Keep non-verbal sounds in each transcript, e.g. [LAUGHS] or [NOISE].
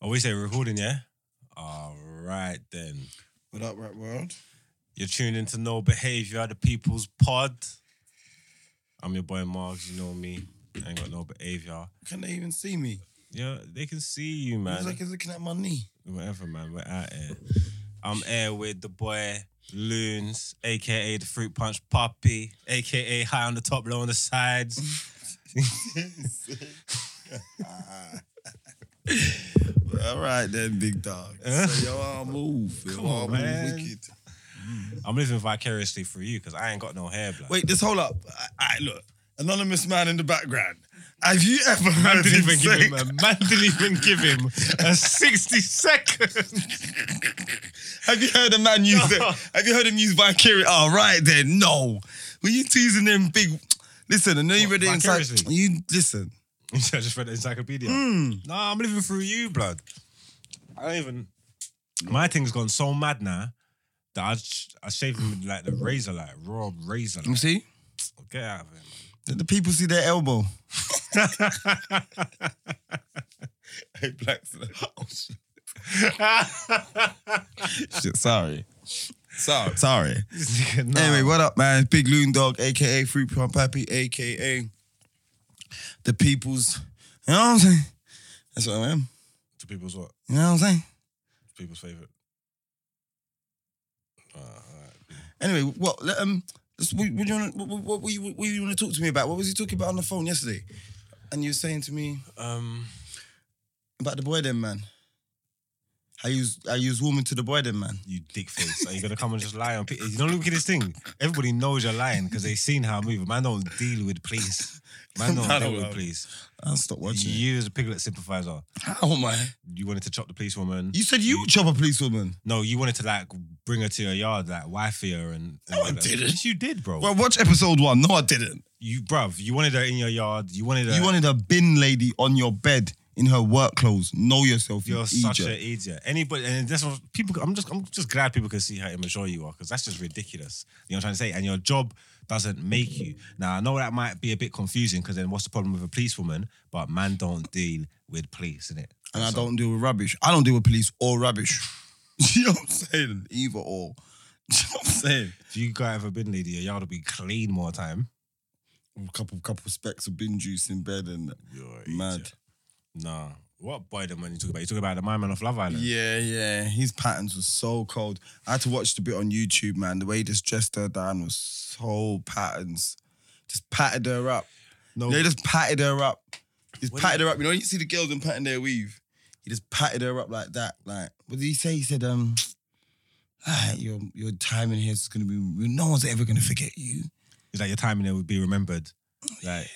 Oh, we say we're recording, yeah? All right then. What up, rap world? You're tuned into No Behavior, the People's Pod. I'm your boy Margs, you know me. I ain't got no behavior. Can they even see me? Yeah, they can see you, man. It's like he's looking at my [LAUGHS] knee. [LAUGHS] Whatever, man. We're out here. I'm here with the boy Loons, aka the Fruit Punch Puppy, aka high on the top, low on the sides. All right then, big dog. Huh? So your arm move. Your Come on, arm man. Move wicked. I'm living vicariously through you because I ain't got no hair, blood. Wait, just hold up. I, I look. Anonymous man in the background. Have you ever heard didn't him even give say- him a man didn't even give him a 60 second. [LAUGHS] Have you heard a man use it? [LAUGHS] Have you heard him use Vicarious? All right then, no. Were you teasing them big? Listen, I know you What, read it inside. vicariously? You listen. [LAUGHS] I just read the encyclopedia. Hmm. No, I'm living through you, blood. I don't even. My thing's gone so mad now that I sh- I shaved him with like the razor, like raw razor. You Like. "Oh, see? Get out of it. Did the people see their elbow? [LAUGHS] hey, black. [LAUGHS] Oh shit. Shit, sorry. Sorry. Sorry. Man. Nah. Anyway, what up, man? Big Loon Dog, aka Free Pump Happy, aka The People's. You know what I'm saying? That's what I am. To people's what? You know what I'm saying? To people's favorite. Uh, alright. Anyway, what? Let, um, just- what, what, do you wanna, what, what, what, you- what you want to talk to me about? What was you talking about on the phone yesterday? And you were saying to me um, about the boy, then man. How you how you was warming to the boy, then man. you dick face. Are you gonna come and just lie on people? You know, look at this thing. Everybody knows you're lying because they've seen how I move. Man don't deal with police. [LAUGHS] Man don't Man deal don't with know. police. I'll stop watching. it. You as a piglet sympathizer, How am I? you wanted to chop the police woman. You said you, chop a police woman. No, you wanted to like bring her to your yard, like wifey her and. and No, I all that. didn't. Yes, you did, bro. Well, watch episode one. No, I didn't. you, bruv, you wanted her in your yard. You wanted her. You wanted a bin lady on your bed in her work clothes. Know yourself, you You're such an idiot. idiot. Anybody, and that's what people. I'm just, I'm just glad people can see how immature you are because that's just ridiculous. You know what I'm trying to say? And your job doesn't make you. Now I know that might be a bit confusing because then what's the problem with a policewoman? But man, don't deal with police, innit? and I don't deal with rubbish. I don't deal with police or rubbish. [LAUGHS] you know what I'm saying? Either or. [LAUGHS] You know what I'm saying? If you guys ever been lady, your yard will be clean more time. A couple, couple specks of bin juice in bed and You're an mad. idiot. Nah. What boy the man you talking about? You talking about the my man off Love Island? Yeah, yeah. His patterns was so cold. I had to watch the bit on YouTube, man. The way he just dressed her down was so patterns. Just patted her up. No. You know, he just patted her up. He just Oh. What patted her up. You know, when you see the girls and patting their weave. He just patted her up like that. Like, what did he say? He said, um, "Ah, your your time in here is gonna be no one's ever gonna forget you. It's like your time in there would be remembered. Like,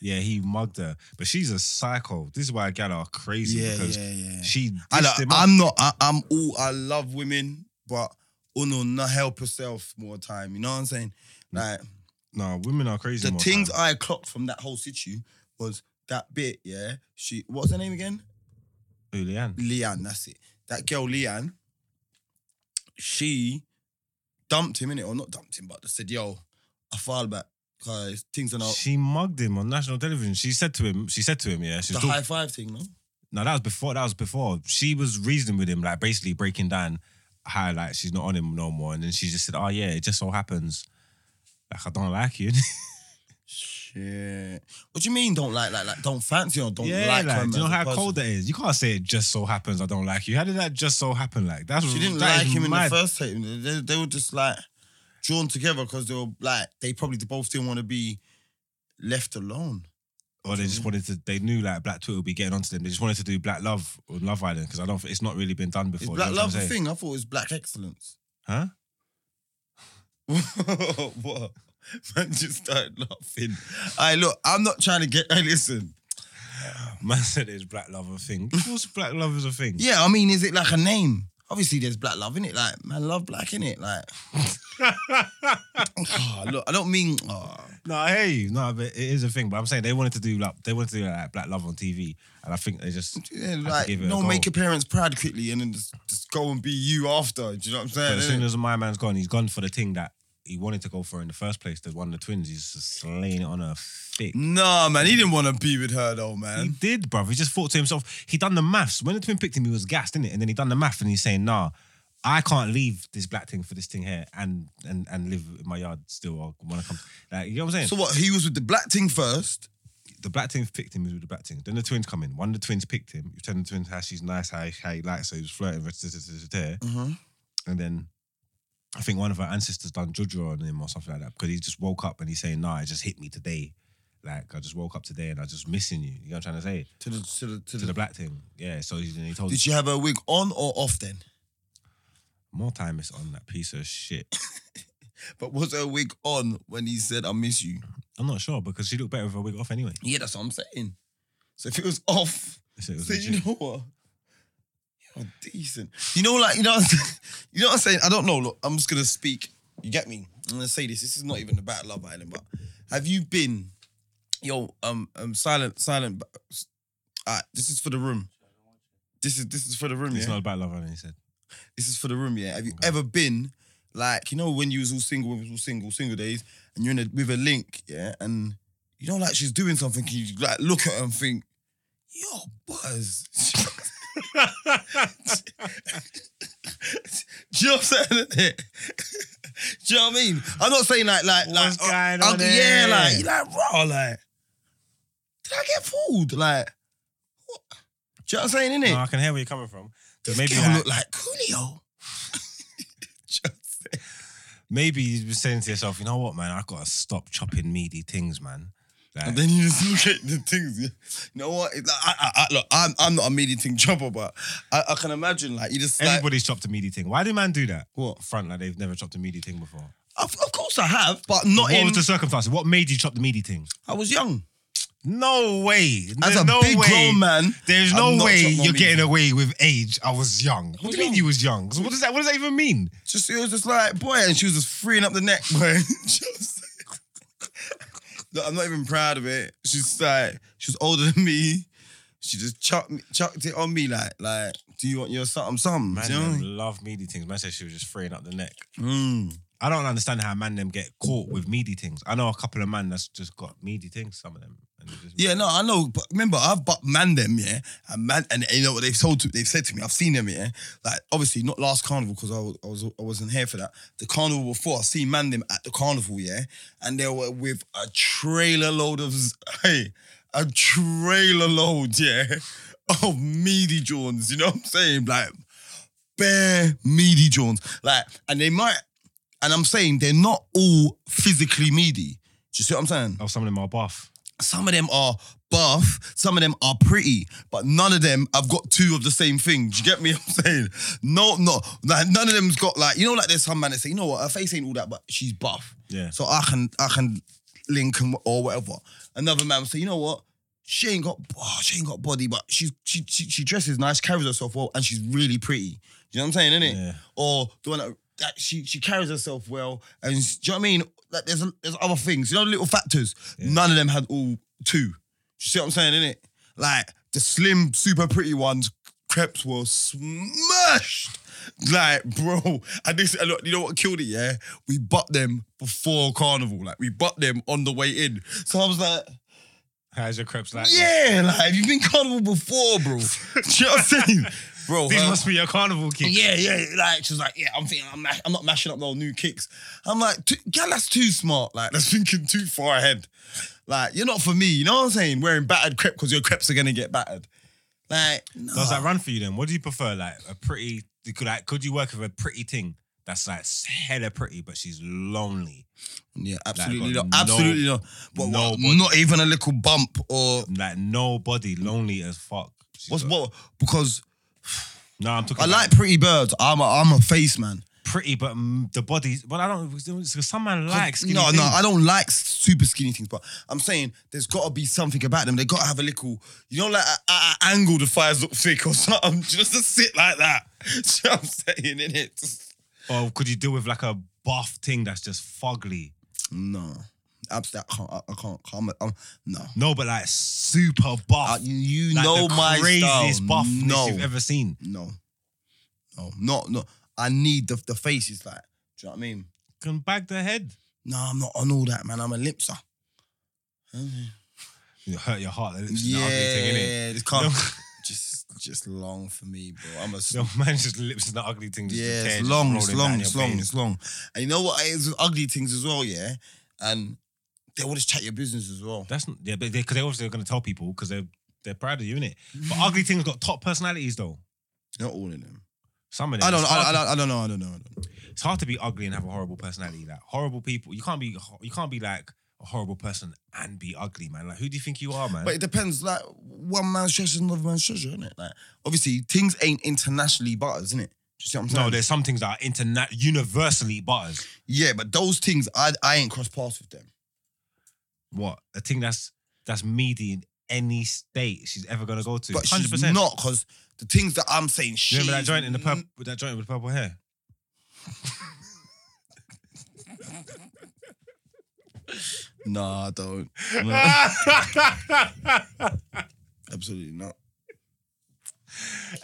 yeah, he mugged her, but she's a psycho. This is why I got her crazy Yeah, because yeah, yeah. she I dissed him up. am not. I, I'm all. I love women, but uno not help herself more time. You know what I'm saying? Like No, women are crazy. the Mm, more things time. I clocked from that whole situ was that bit. Yeah, she. What's her name again? Julianne. Leanne, that's it. That girl Leanne, she dumped him in it, or not dumped him, but just said, "Yo, I file back because things are not She mugged him on national television. She said to him, she said to him, yeah, she's the talking. high five thing, no." No, that was before. That was before. She was reasoning with him, like basically breaking down how like she's not on him no more, and then she just said, "Oh yeah, it just so happens, like I don't like you." Shit. What do you mean? Don't like, like, like, don't fancy or [LAUGHS] don't yeah, like, like, him. do you know as a how person? cold that is? You can't say it just so happens I don't like you. How did that just so happen? Like that's She didn't that like is him in mad. the first time. They, they were just like drawn together because they were like they probably both didn't want to be left alone. or they just Mm. wanted to. They knew like Black Twitter would be getting onto them. They just wanted to do Black Love or Love Island because I don't. It's not really been done Is before. you black know what I'm love a saying? thing? I thought it was black excellence. Huh? [LAUGHS] what? [LAUGHS] Man just started laughing. I look, I'm not trying to get. I listen. Man said it's black love a thing. Of course, black love is a thing. Yeah, I mean, is it like a name? Obviously, there's black love in it. Like, man, love black in it. [LAUGHS] Like, Ah, look, I don't mean. ah. No, I hear you. No, but it is a thing. But I'm saying they wanted to do like they wanted to do like black love on TV, and I think they just Yeah, had to like, give it a no, go. make your parents proud quickly and then just, just go and be you after. Do you know what I'm saying? But as innit? soon as my man's gone, he's gone for the thing that he wanted to go for in the first place, the one of the twins, he's just slaying it on her thick. Nah, man, he didn't want to be with her though, He man. did, bruv. He just thought to himself, he done the maths. When the twin picked him, he was gassed, didn't it? And then he done the math and he's saying, nah, I can't leave this black thing for this thing here and and and live in my yard still or when I come. Like, you know what I'm saying? So what? He was with the black thing first. the black team picked him, he was with the black team. Then the twins come in. One of the twins picked him. You tell the twins how she's nice, how, how he likes her. He was flirting with her. da- da- da- da- da. And then I think one of her ancestors done Jojo on him or something like that because he just woke up and he's saying, nah, it just hit me today. Like, I just woke up today and I just missing you. You know what I'm trying to say? To the to the to To the. the black team. Yeah, so he, he told Did she have her wig on or off then? more time is on that piece of shit. But was her wig on when he said, "I miss you"? I'm not sure because she looked better with her wig off anyway. Yeah, that's what I'm saying. So if it was off, So it was so you legit. know what? You're decent. You know, like you know, [LAUGHS] what I'm saying? you know what I'm saying. I don't know. Look, I'm just gonna speak. You get me? I'm gonna say this. This is not even about Love Island, but have you been, yo, um, um, silent, silent. but- Ah, this is for the room. This is this is for the room. It's yeah? not about love, Island, he said. this is for the room, yeah. Have you ever been like, you know, when you was all single, when we was all single, single days, and you're in a, with a link, yeah, and you know, like she's doing something, can you like look at her and think, yo, [LAUGHS] buzz. Do you know what I'm saying? [LAUGHS] Do you know what I mean? I'm not saying like, like, What's like, going uh, on uh, yeah, here? like, you're like, raw, like, did I get fooled? Like, what? do you know what I'm saying, innit? No, I can hear where you're coming from. 'Cause Maybe Maybe girl like, look like Coolio. Just saying. maybe you've been saying to yourself, you know what, man, I gotta stop chopping meaty things, man. Like, And then you just look at the things. yeah. You know what? It's like, I, I, I, look, I'm, I'm not a media thing chopper, but I, I can imagine like you just like, everybody's chopped a meaty thing. Why do man do that? What? front like they've never chopped a meaty thing before? of, of course I have, but not what in. was the circumstances? What made you chop the meaty thing? I was young. No way. As There's a no big way. grown man, There's I've no not way chopped no you're getting meaty. away with age. I was young. What was do you mean young. you was young? So what does that what does that even mean? Just it was just like boy, and she was just freeing up the neck, [LAUGHS] boy. Just- Look, I'm not even proud of it. She's like she was older than me. She just chucked me, chucked it on me like like. Do you want your something something? Man Do you know? them love meaty things. Man said she was just freeing up the neck. Mm. I don't understand how man them get caught with meaty things. I know a couple of man that's just got meaty things, some of them. And they just- Yeah, no, I know. But remember, I've but man them, yeah, and man, and you know what they've told, to, they've said to me. I've seen them, yeah. Like obviously not last carnival because I was, I was I wasn't here for that. The carnival before, I seen man them at the carnival, yeah, and they were with a trailer load of z- [LAUGHS] hey, a trailer load, yeah, [LAUGHS] of meaty Johns. You know what I'm saying? Like bare meaty Johns, like, and they might, and I'm saying they're not all physically meaty. Do you see what I'm saying? Oh, some of them are buff. Some of them are buff, some of them are pretty, but none of them have got two of the same thing. Do you get me? [LAUGHS] what I'm saying no, no, like none of them's got like you know, like there's some man that say, you know what, her face ain't all that, but she's buff. Yeah. So I can I can link and or whatever. Another man will say, you know what, she ain't got oh, she ain't got body, but she's she, she she dresses nice, carries herself well, and she's really pretty. Do you know what I'm saying? Innit? Yeah. Or the one that, that she she carries herself well, and do you know what I mean? Like there's there's other things, you know, little factors. None of them had all two. Do you see what I'm saying? Innit? Like the slim, super pretty ones, crepes were smashed. Like, bro, and this, and look, you know what killed it? Yeah, we bought them before carnival. Like, we bought them on the way in. So I was like. How's your crepes like? Yeah, like you've been carnival before, bro. Do you know what I'm saying? [LAUGHS] Bro, These her- Oh, must be your carnival kids. yeah, yeah. Like she was like, yeah, I'm thinking I'm, mash- I'm not mashing up no new kicks. I'm like, "Too- girl, that's too smart. Like that's [LAUGHS] thinking too far ahead. Like you're not for me. You know what I'm saying? Wearing battered crepe because your crepes are gonna get battered. Like no. Does that run for you then? What do you prefer? Like a pretty, you could like, could you work with a pretty thing that's like hella pretty, but she's lonely, yeah, absolutely got not. no- Absolutely not. But no what- body. not even a little bump or like nobody, lonely as fuck. She's what's got- what? Because No, I'm talking. I about like pretty birds. I'm a, I'm a face man. pretty, but mm, the body. But I don't. Because some man like skinny. no, things. no, I don't like super skinny things, but I'm saying there's got to be something about them. They got to have a little, you know, like a, a, a angle the fires look thick or something. [LAUGHS] Just to sit like that. [LAUGHS] Do you know what I'm saying? In it, Or could you deal with like a buff thing that's just fugly? no, absolutely, I can't. I, I can't. I'm, I'm, no, No, but like super buff. I, Uh, you like know the my craziest style. buffness no, you've ever seen. no, no, no, no. I need the the face is like. Do you know what I mean? can bag their head. No, I'm not on all that, man. I'm a lipser. You hurt your heart. It's just an yeah, ugly thing, innit? this can't [LAUGHS] just just long for me, bro. I'm a No [LAUGHS] man, just lips an ugly thing. Just yeah, tear it's just long, it's rolling long, down it's your long, veins. it's long. And you know what? It's ugly things as well, yeah. And they want to chat your business as well. That's not, yeah, because they, 'cause they obviously are going to tell people because they're they're proud of you, innit? But [LAUGHS] ugly things got top personalities though. Not all of them. Some of them. I don't, It's I, hard I, to- don't- I don't know. I don't know. I don't know. it's hard to be ugly and have a horrible personality. Like horrible people, you can't be ho- you can't be like a horrible person and be ugly, man. Like who do you think you are, man? But it depends. Like one man's treasure is another man's treasure, isn't it? Like obviously things ain't internationally butters, isn't it? Do you see what I'm saying? no, there's some things that are interna- universally butters. yeah, but those things I I ain't cross paths with them. What a thing that's that's meaty in any state she's ever gonna go to. But Hundred she's percent. not because the things that I'm saying. You remember that she's joint in the purple n- with that joint with the purple [LAUGHS] hair? [LAUGHS] Nah, [LAUGHS] I don't. No, absolutely not.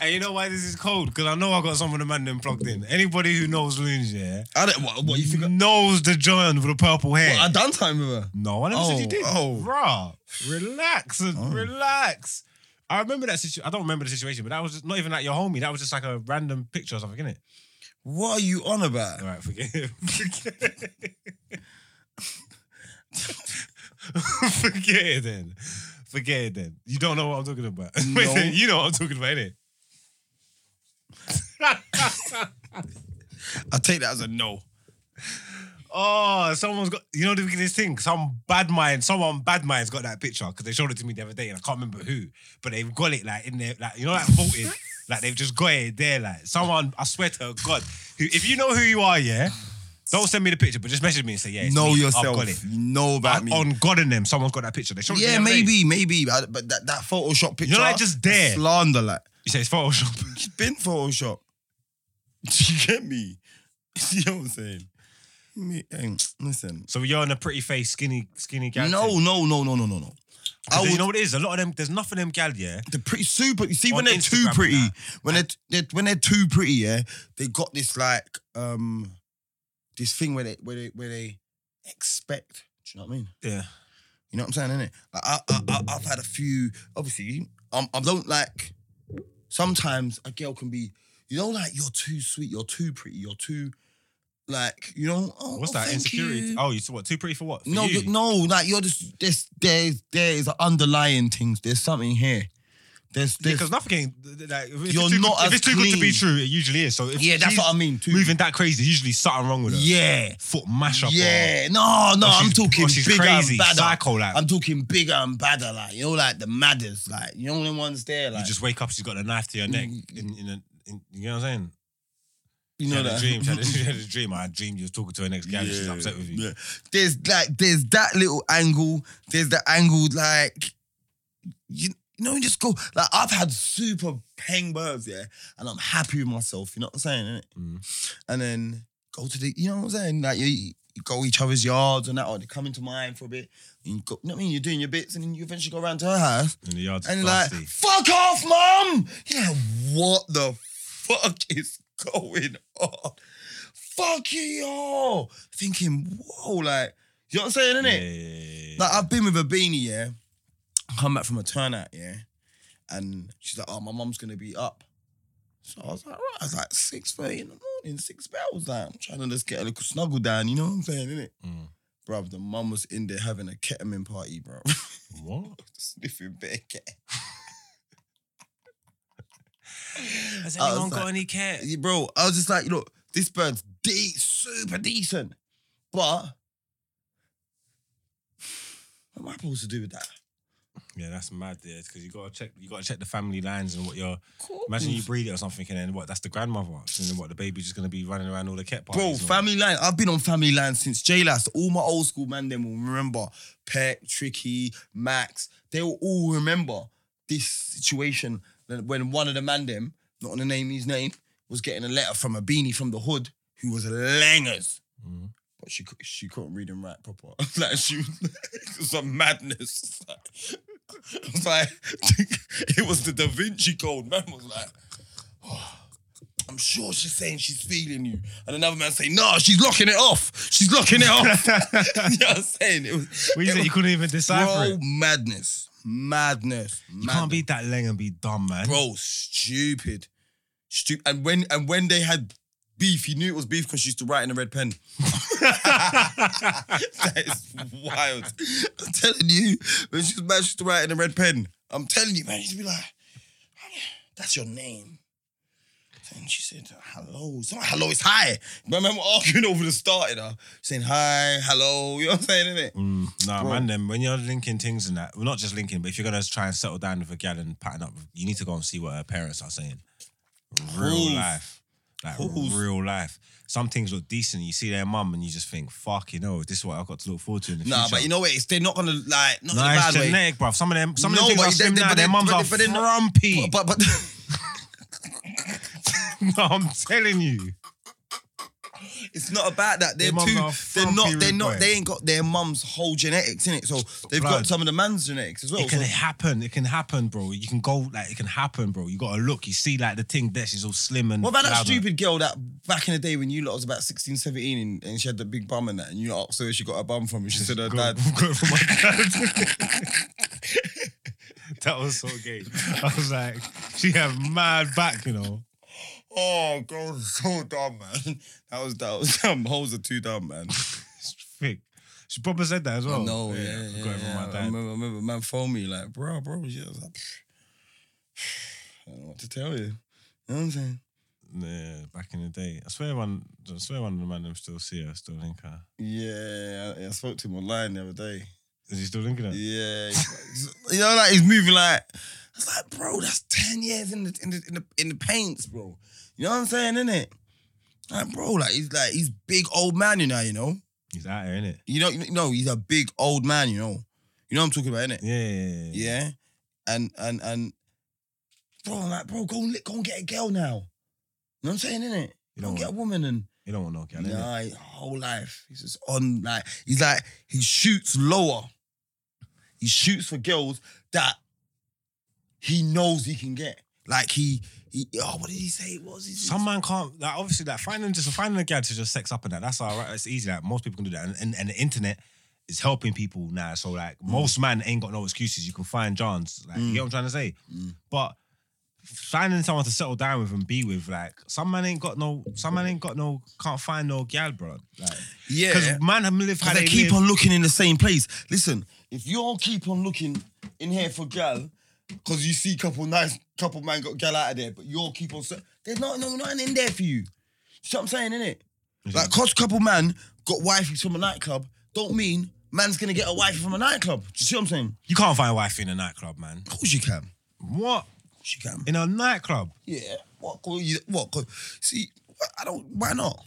and you know why this is cold? Because I know I got some of the man them plugged in. Anybody who knows Loons, yeah, I don't. What, what you think? I- knows the joint with the purple hair. What, I done time with her. No, I never said you Oh, did. oh. Bruh, relax, relax. I remember that situation. I don't remember the situation, but that was just, not even like your homie. That was just like a random picture or something, innit? What are you on [LAUGHS] about? All right, forget it. Forget it. [LAUGHS] forget it then. Forget it then. You don't know what I'm talking about. [LAUGHS] Wait, No. so you know what I'm talking about, innit? I take that as a no. Oh, someone's got, you know, this thing. Some bad mind, someone bad mind's got that picture because they showed it to me the other day and I can't remember who, but they've got it like in there, like, you know, like vaulted. like they've just got it there. Like someone, I swear to God, who, if you know who you are, yeah, don't send me the picture, but just message me and say, yeah, it's know me. I've yourself. got it. You know about But me. On God and them, someone's got that picture. They showed it to me yeah, the other day. maybe, maybe. But, but that, that Photoshop picture. like, just there. Slander, like. [LAUGHS] You say it's Photoshop. [LAUGHS] It's been Photoshop. [LAUGHS] Do you get me? [LAUGHS] you know what I'm saying? Me, hey, listen. so you're on a pretty face, skinny, skinny gal. No, no, no, no, no, no, no. I I would, you know what it is? A lot of them, there's nothing them gal, yeah. they're pretty super. You see, On when they're Instagram too and pretty, that. when they're, they're when they're too pretty, yeah, they got this like um, this thing where they where they where they expect. Do you know what I mean? Yeah. You know what I'm saying, innit? Like I, I, I, I've had a few. Obviously, um, I don't like. Sometimes a girl can be, you know, like you're too sweet, you're too pretty, you're too, like, you know. Oh, What's oh, that? thank Insecurity. you. Oh, you said what? Too pretty for what? For no, you? you- no, like you're just there's there's there is underlying things. There's something here. There's there's Because nothing, can- like, if it's You're too not good, if as it's too good to be clean. true, it usually is. So if yeah. That's she's what I mean. Too, moving that crazy, usually something wrong with her. yeah. Foot mash up. Yeah, no, no, Or I'm she's- talking or she's bigger crazy, and badder. psycho, like- I'm talking bigger and badder, like you know, like the madders, like you know, the ones there, Or like you just wake up, she's got a knife to your neck. In, in, a, in, you know what I'm saying? Mm. you She know had a that. dream. She [LAUGHS] had a, she had a dream. I dreamed you was talking to her next guy. and she's upset with you. yeah. There's like there's that little angle. There's the angle like you, you know you just go like I've had super peng birds yeah, and I'm happy with myself. You know what I'm saying? innit? Mm. And then go to the you know what I'm saying like you, you go each other's yards and that or they come into mine for a bit. And you go, you know what I mean? You're doing your bits and then you eventually go around to her house In the yard. and And you're like like, fuck off, mum. Yeah, what the fuck is going on? Fuck you, yo. Thinking, whoa, like, you know what I'm saying, yeah, innit? Like, I've been with a beanie, yeah. Come back from a turnout, yeah. And she's like, oh, my mum's gonna be up. So I was like, right, I was like, 6.30 in the morning, six bells. Like, I'm trying to just get a little snuggle down, you know what I'm saying, innit? Mm. Bruv, the mum was in there having a ketamine party, bro. What? [LAUGHS] Sniffing bare ket. Has I was anyone got like- any care? Yeah, bro, I was just like, look, this bird's de- super decent, but what am I supposed to do with that? Yeah, that's mad. Yeah, because you gotta check. You gotta check the family lines and what your. Imagine you breed it or something, and then what? That's the grandmother. And then what? The baby's just gonna be running around all the cat parties. Bro, and all that. family line. I've been on family line since J Last. All my old school man them will remember. Peck, Tricky, Max. They will all remember this situation that when one of the man them, not gonna name his name, was getting a letter from a beanie from the hood who was langers. Mhm. But she cou- she couldn't read and write proper. [LAUGHS] like she was, it was a madness. [LAUGHS] It [LAUGHS] was like [SIGHS] it was the Da Vinci Code. Man was like, I'm sure she's saying she's feeling you. And another man saying, no, she's locking it off. She's locking it off. [LAUGHS] you know what I'm saying? It was, What you it said, was- you couldn't even decipher bro, it. madness. Madness. You can't be that leng and be dumb, man. Bro, stupid. Stupid. And when and when they had beef, he knew it was beef because she used to write in a red pen. [LAUGHS] that is wild. I'm telling you, when she was mad, she used to write in a red pen. I'm telling you, man, she'd be like, that's your name. And she said, hello. It's not hello, it's hi. But I remember arguing over the start, you know, saying hi, hello, you know what I'm saying, [LAUGHS] innit? Mm, nah, Bro. man. Then when you're linking things and that, well, not just linking, but if you're gonna try and settle down with a gal and pattern up, you need to go and see what her parents are saying. Real Pause. life, like Pause. real life. Some things look decent. You see their mum and you just think, "Fuck, you know, this is what I've got to look forward to in the Nah, future." but you know what? It's, they're not gonna like, not in a Nah, bad it's way. genetic, bruv. Some of them, some No, of them but things they- I they- now, but their they- mums but are they- but they're not- frumpy. But [LAUGHS] but [LAUGHS] no, I'm telling you. it's not about that. They're Their mums too. are They're frumpy not. They're rude not. boy. They ain't got their mum's whole genetics in it. So they've got Blood. some of the man's genetics as well. It can So happen. It can happen, bro. You can go like it can happen, bro. You gotta look. You see like the thing there. She's all slim and what about that louder. stupid girl that back in the day when you lot was about 16, 17 and, and she had the big bum and that, and you lot asked her where she got her bum from, and she said her Go- [LAUGHS] dad. go for my dad. [LAUGHS] that was so gay. I was like, she had mad back, you know. [LAUGHS] Oh god, so dumb, man. [LAUGHS] That was that was dumb. Holes are too [LAUGHS] dumb, man. It's thick. She probably said that as well. no, yeah, yeah, go for yeah. my I dad. remember, I remember, man phoned me like, bro, bro, yeah. I was like, I don't know what to tell you. You know what I'm saying? Yeah, back in the day. I swear one I swear one of the man them still see her, still link her. Yeah, I, I spoke to him online the other day. Is he still linking her? Yeah, he's like- you know, like he's moving like I was like, bro, that's ten years in the in the in the, in the paints, bro. You know what I'm saying, innit? Like, bro, like he's like he's big old man, you know, you know, He's out here, innit? you know, you know, he's a big old man, you know, you know what I'm talking about, innit? Yeah, yeah, yeah. Yeah, and and and bro, I'm like, bro, go and li- go and get a girl now. You know what I'm saying, innit? You Go don't and get a want, woman and you don't want no gal, innit? Nah, his whole life. He's just on like he's like he shoots lower. He shoots for girls that he knows he can get. Like he he oh what did he say it was? He said- Some man can't like obviously like finding just finding a gal to just sex up and that. That's all right. It's easy. Like most people can do that. And and, and the internet is helping people now. So like Mm. most man ain't got no excuses. You can find Johns. Like you know what I'm trying to say? Mm. But finding someone to settle down with and be with, like some man ain't got no some man ain't got no can't find no gal, bro. Like because yeah. man have lived how Because they, they keep live. on looking in the same place. Listen, if you all keep on looking in here for gal, because you see couple nice couple man got gal out of there, but you all keep on se- there's not no nothing in there for you. See what I'm saying, innit? Like cause couple man got wifey from a nightclub, don't mean man's gonna get a wifey from a nightclub. Do you see what I'm saying? You can't find wifey in a nightclub, man. Of course you can. Of What? course you can. In a nightclub? Yeah. What well, you what 'cause- see, I don't why not?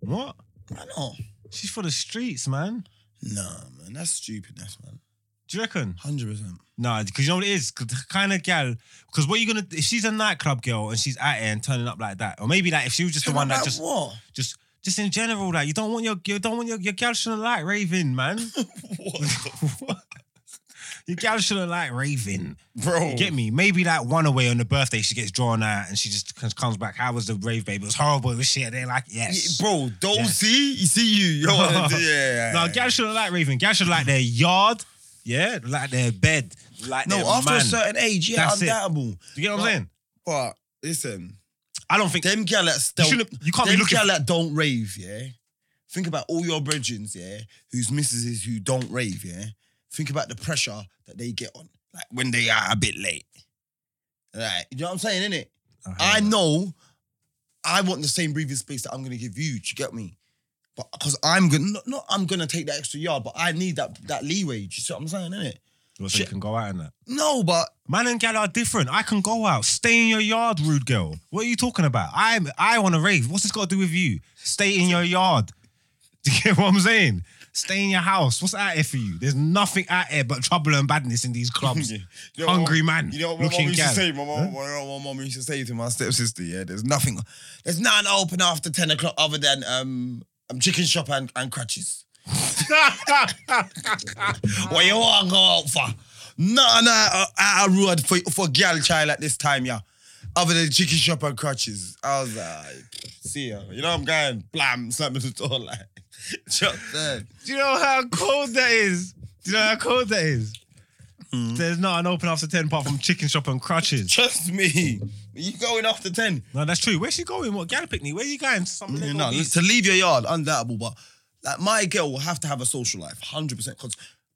What? Why not? She's for the streets, man. Nah, man, that's stupidness, man. Do you reckon? Hundred percent. Nah, because you know what it is? 'Cause the kind of gal, because what are you going to, if she's a nightclub girl and she's out here and turning up like that, or maybe like if she was just the one that just, what? just, just in general, like you don't want your, you don't want your, your gal shouldn't like raving, [LAUGHS] man. [LAUGHS] [LAUGHS] what? your gal shouldn't like raving. Bro. You get me? Maybe like one away on the birthday, she gets drawn out and she just c- comes back. How was the rave, baby? It was horrible. It was shit. They're like, yes. Bro, don't Yeah. see? You see you. [LAUGHS] You don't wanna do- yeah. No, gal shouldn't like raving. Gal should like their yard, yeah, like their bed, like No, their after man. a certain age, yeah, That's it. undoubtable. you get what I'm Right. saying? But listen, I don't think them gal that you, still shouldn't- you can't be them looking. gal that don't rave, yeah. Think about all your brethrens, yeah, whose missuses who don't rave, yeah. Think about the pressure that they get on, like when they are a bit late. Like, you know what I'm saying, innit? Uh-huh. I know I want the same breathing space that I'm gonna give you. Do you get me? But because I'm gonna not, not I'm gonna take that extra yard, but I need that that leeway. Do you see what I'm saying, innit? Well, so you Shit. can go out and that. No, but Man and gal are different. I can go out, stay in your yard, rude girl. What are you talking about? I'm I want to rave. What's this got to do with you? Stay in your yard. [LAUGHS] Do you get what I'm saying? Stay in your house. What's out here for you? There's nothing out here but trouble and badness in these clubs. [LAUGHS] [LAUGHS] You know Hungry what- man. You know what my mum looking used gal. to say? My mum, you know what my mum used to say to my stepsister, yeah, there's nothing, there's nothing open after 10 o'clock other than um, um chicken shop and, and crutches. [LAUGHS] what you uh, want to go out for? Nothing out out of road for, for girl child at this time, yeah. Other than chicken shop and crutches, I was like, see ya. You know, I'm going blam, slamming the uh, door [LAUGHS] like, shut dead. Do you know how cold that is? Do you know how cold that is? Hmm. There's not an open after 10 apart from chicken shop and crutches. Trust me, you going after 10. No, that's true. Where's she going? What, Gala Picnic? Where you going? Some No, little no, beach. to leave your yard, undoubtable. But like my girl will have to have a social life, hundred percent. Cause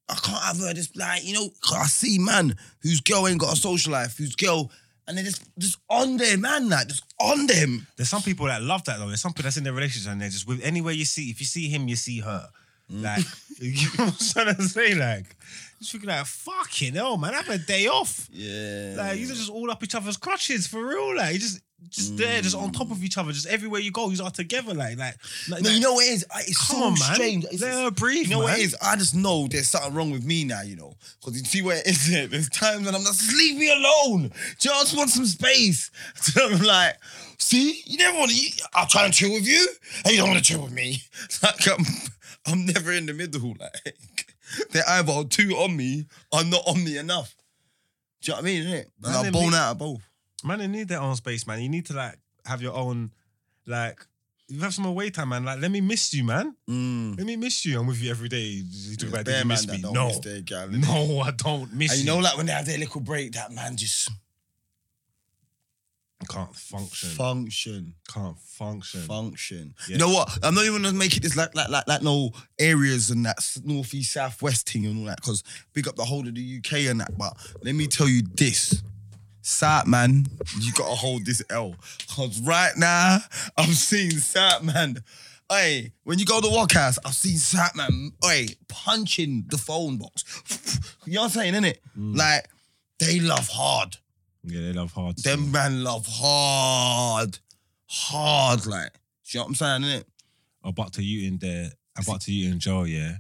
I can't have her just like you know. 'cause I see man whose girl ain't got a social life, whose girl, and they just just on their man, like just on them. There's some people that love that though. There's some people that's in their relationship and they're just with anywhere you see, if you see him, you see her. Mm. Like, [LAUGHS] you know what I'm trying to say? Like, just thinking like, fucking hell, man, have a day off. Yeah. Like, you're just all up each other's crutches for real. Like, you just Mm. just there, just on top of each other, just everywhere you go, you are together. Like, like, like no, you like, know what it is? I- It's come so on, man. strange. It's- Let it's- her breathe. You know what man. it is? I just know there's something wrong with me now, you know. Because you see where it is, [LAUGHS] yeah, there's times when I'm just leave me alone. Just want some space. [LAUGHS] So I'm like, see, you never want to, I'll try and chill with you, and you don't want to chill with me. [LAUGHS] Like, I'm, I'm never in the middle. [LAUGHS] Like, they're either two on me or not on me enough. Do you know what I mean? Innit? And I'll then bone we- out of both. Man, they need their own space, man. You need to like have your own, like, you have some away time, man. Like, let me miss you, man. Mm. Let me miss you. I'm with you every day. You talk about, did you Bare man miss that me? don't No. miss their gal, [LAUGHS] innit? No, I don't miss And you. you know, like when they have their little break, that man just I can't function. function. can't function. function. Yeah. You know what? I'm not even gonna make it this like like like, like no areas and that s- northeast southwest thing and all that because big up the whole of the UK and that. But let me tell you this. Sad man, you gotta hold this L. Cause right now, I'm seeing sad man. Hey, when you go to Walkhouse, I've seen sad man, hey, punching the phone box. you know what I'm saying, innit? Like, they love hard. yeah, they love hard. stuff. Them man love hard, hard like. Do you know what I'm saying? Innit? about to you in there, about to you in jail, yeah.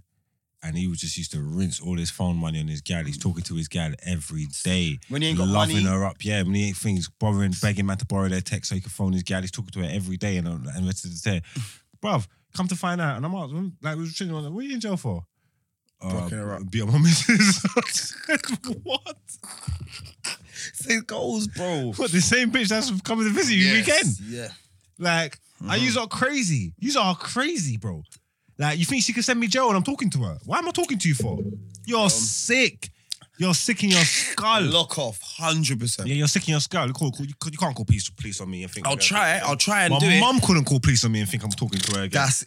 And he was just used to rinse all his phone money on his gal. He's talking to his gal every day. When he ain't got loving [LAUGHS] money. her up, yeah. When he ain't things borrowing, begging man to borrow their text so he can phone his gal. He's talking to her every day and uh, and the rest of the [LAUGHS] day. Bruv, come to find out. And I'm asked, like, we was chilling, I was like, what are you in jail for? Uh, Broken her up. beat up my missus. [LAUGHS] what? [LAUGHS] Six goals, bro. What? The same bitch that's coming to visit [LAUGHS] you weekend? Yeah. Like, I Mm-hmm. use are crazy. You are crazy, bro. Like, you think she can send me jail and I'm talking to her? Why am I talking to you for? Um, You're sick. You're sick in your skull. Lock off, hundred yeah, percent. you're sick in your skull. Call, call, you, you can't call police, police on me and think. I'll try. I'll try and My do it. mum couldn't call police on me and think I'm talking to her again. That's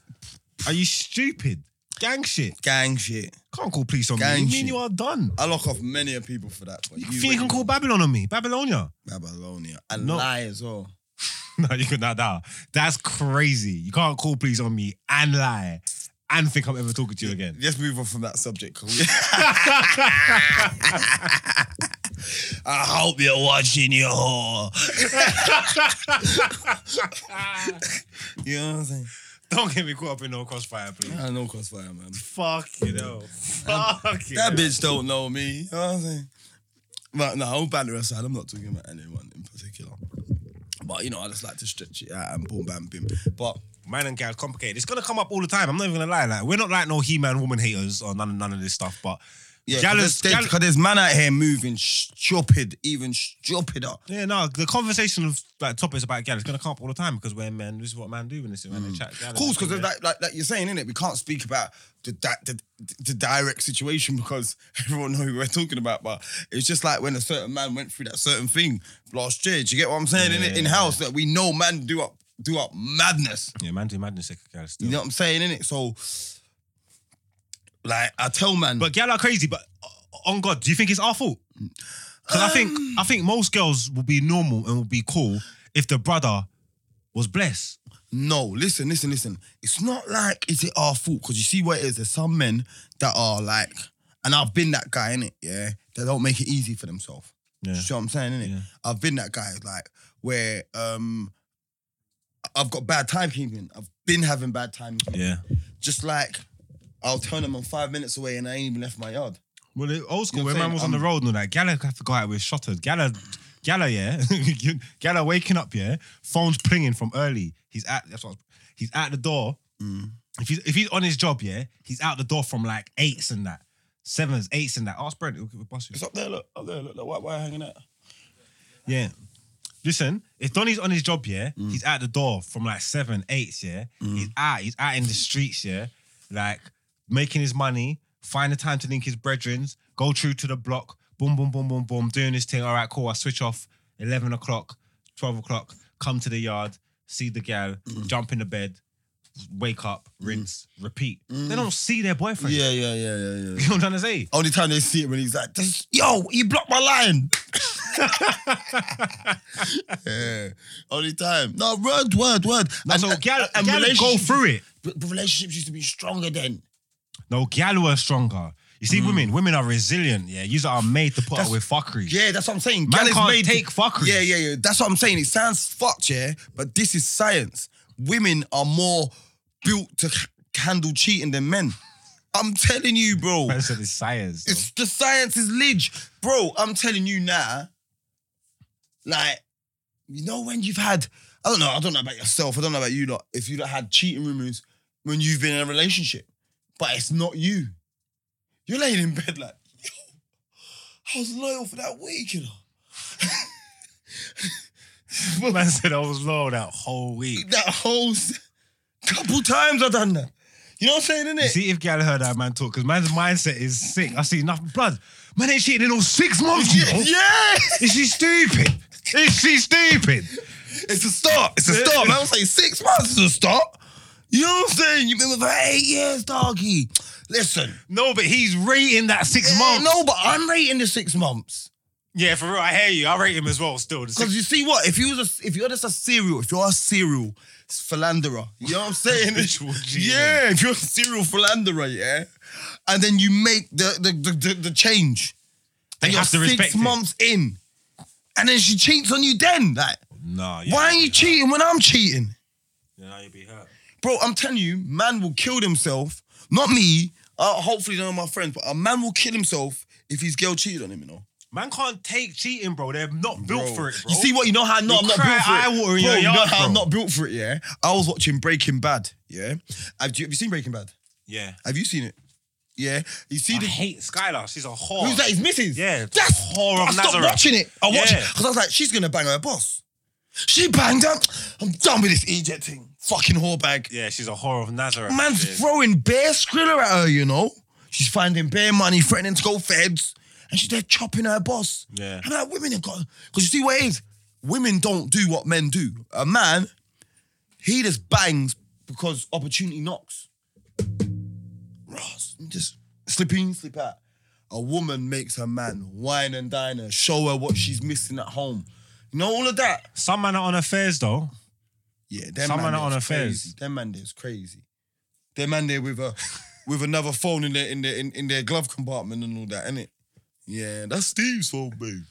Are you stupid? Gang shit. gang shit. Can't call police on Gang me. You mean shit. you are done? I lock off many a people for that. But You, think you can call Babylon on me? Babylonia? [LAUGHS] Babylonia and No. lie as well. no, you could not. Nah, that's crazy. You can't call police on me and lie and think I'm ever talking to you again. Let's move on from that subject. Cool. [LAUGHS] [LAUGHS] I hope you're watching your whore. [LAUGHS] You know what I'm saying? [LAUGHS] Don't get me caught up in no crossfire, please. I know crossfire, man. Fuck you know. Fuck you. That bitch don't know me. You know what I'm saying? But no, all banter aside, I'm not talking about anyone in particular. But you know, I just like to stretch it out and boom, bam, bim. But Man and gal complicated. It's gonna come up all the time. I'm not even gonna lie. Like we're not like no he man woman haters or none none of this stuff. But yeah, gal because is- there's, gal- 'cause there's man out here moving stupid, even stupider. yeah, no. The conversation of like topics about gal is gonna come up all the time because we're men. This is what man do when they sit around and chat. Gal, Mm. Of course, because yeah. like, like like you're saying, innit? We can't speak about the, di- the the direct situation [LAUGHS] because everyone know who we're talking about. But it's just like when a certain man went through that certain thing last year. Do you get what I'm saying? innit? Yeah. in house, that we know man do up do up madness. yeah, man do madness like a gal still. You know what I'm saying, innit? So, like, I tell man, But gal are crazy. But uh, on God, do you think it's our fault? Because I think I think most girls will be normal and will be cool if the brother was blessed. no, listen, listen, listen. It's not like, is it our fault? Because you see what it is. There's some men that are like, and I've been that guy, innit? Yeah. That don't make it easy for themselves. Yeah. Do you know what I'm saying, innit? Yeah. I've been that guy, like, where um I've got bad timekeeping. I've been having bad timekeeping. Yeah. Just like, I'll turn them on five minutes away and I ain't even left my yard. Well, it, old school, You know what when I'm man was on the saying? road and all that, Gala have to go out with shotters. Gala, Gala, yeah, [LAUGHS] You- Gala waking up, yeah, phone's plinging from early. He's at that's what he's at the door. If he's if he's on his job, yeah, he's out the door from like eights and that, sevens, eights and that. Ask Brent, he'll give a bus. It's up there, look, up there, look, look, why, why hanging out? Yeah, Listen, if Donny's on his job, yeah, he's at the door from like seven, eight, yeah. He's out, he's out in the streets, yeah, like making his money, find the time to link his brethrens, go through to the block, boom, boom, boom, boom, boom, doing his thing. All right, cool. I switch off 11 o'clock, 12 o'clock, come to the yard, see the gal, jump in the bed, wake up, rinse, repeat. They don't see their boyfriend. Yeah, yeah, yeah, yeah, [LAUGHS] yeah. You know what I'm trying to say? Only time they see it when he's like, "This- "Yo, he blocked [LAUGHS] my line." yeah. Only time. No word, word, word. And, so and- gal, and gal go relationships- through it. But, but relationships used to be stronger then. No, gal were stronger. You Hmm. see, women, women are resilient. Yeah, you are made to put up with fuckery. Yeah, that's what I'm saying. Man Gal is can't made- take fuckery. Yeah, yeah, yeah. That's what I'm saying. It sounds fucked, yeah, but this is science. Women are more built to h- handle cheating than men. I'm telling you, bro. Man said it's science. though. It's the science is lidge, bro. I'm telling you now. Like, you know when you've had, I don't know, I don't know about yourself. I don't know about you lot. If you lot had cheating rumors when you've been in a relationship, but it's not you. You're laying in bed like, yo, I was loyal for that week, you know. Man said I was low that whole week. That whole s- couple times I done that. You know what I'm saying, You innit? see if gal heard that man talk, because man's mindset is sick. I see enough blood. Man ain't cheating in all six months. you know? yeah, Is she stupid? Is she stupid? it's a start. It's a start. man. I'm saying six months is a start. You know what I'm saying? You've been with her eight years, doggy. Listen, No, but he's rating that six Yeah, months. No, but I'm rating the six months Yeah, for real. I hear you. I rate him as well. Still, The six- because you see what if you was a, if you're just a serial if you're a serial philanderer, [LAUGHS] you know what I'm saying? Habitual cheater. yeah, if you're a serial philanderer, yeah, and then you make the the the, the, the change, They and you're have to six respect it. months in, and then she cheats on you. Then like, nah. why are you cheating when I'm cheating? Yeah, nah, you'll be hurt. Bro, I'm telling you, man will kill himself. Not me. Uh, hopefully none of my friends, but a man will kill himself if his girl cheated on him. You know. Man can't take cheating, bro. They're not built for it, bro. You see what? You know how no, You I'm not cry built for it. eye-watering Bro, your you know yard, how I'm bro. not built for it. Yeah, I was watching Breaking Bad. Yeah, have you, have you seen Breaking Bad? Yeah. Have you seen it? Yeah, you see I the. hate Skylar. She's a whore. [LAUGHS] Who's that? His missus. Yeah, that's whore of I stopped Nazareth. watching it. I watched Yeah. because I was like, she's gonna bang her boss. She banged up. I'm done with this Egypt thing. Fucking whore bag. Yeah, she's a whore of Nazareth. Man's She is. throwing bare skriller at her, you know. She's finding bare money, threatening to go feds, and she's there chopping her boss. Yeah. And like women have got because you see what it is? Women don't do what men do. A man, he just bangs because opportunity knocks. Ross, just slip in, slip out. A woman makes her man wine and dine her, show her what she's missing at home. You know all of that. Some men are on affairs though. Yeah, them Someone man not on there's her fez. crazy. Them man there's crazy. Them man there with a [LAUGHS] with another phone in their in their in, in their glove compartment and all that, innit? Yeah, that's Steve's phone, babe.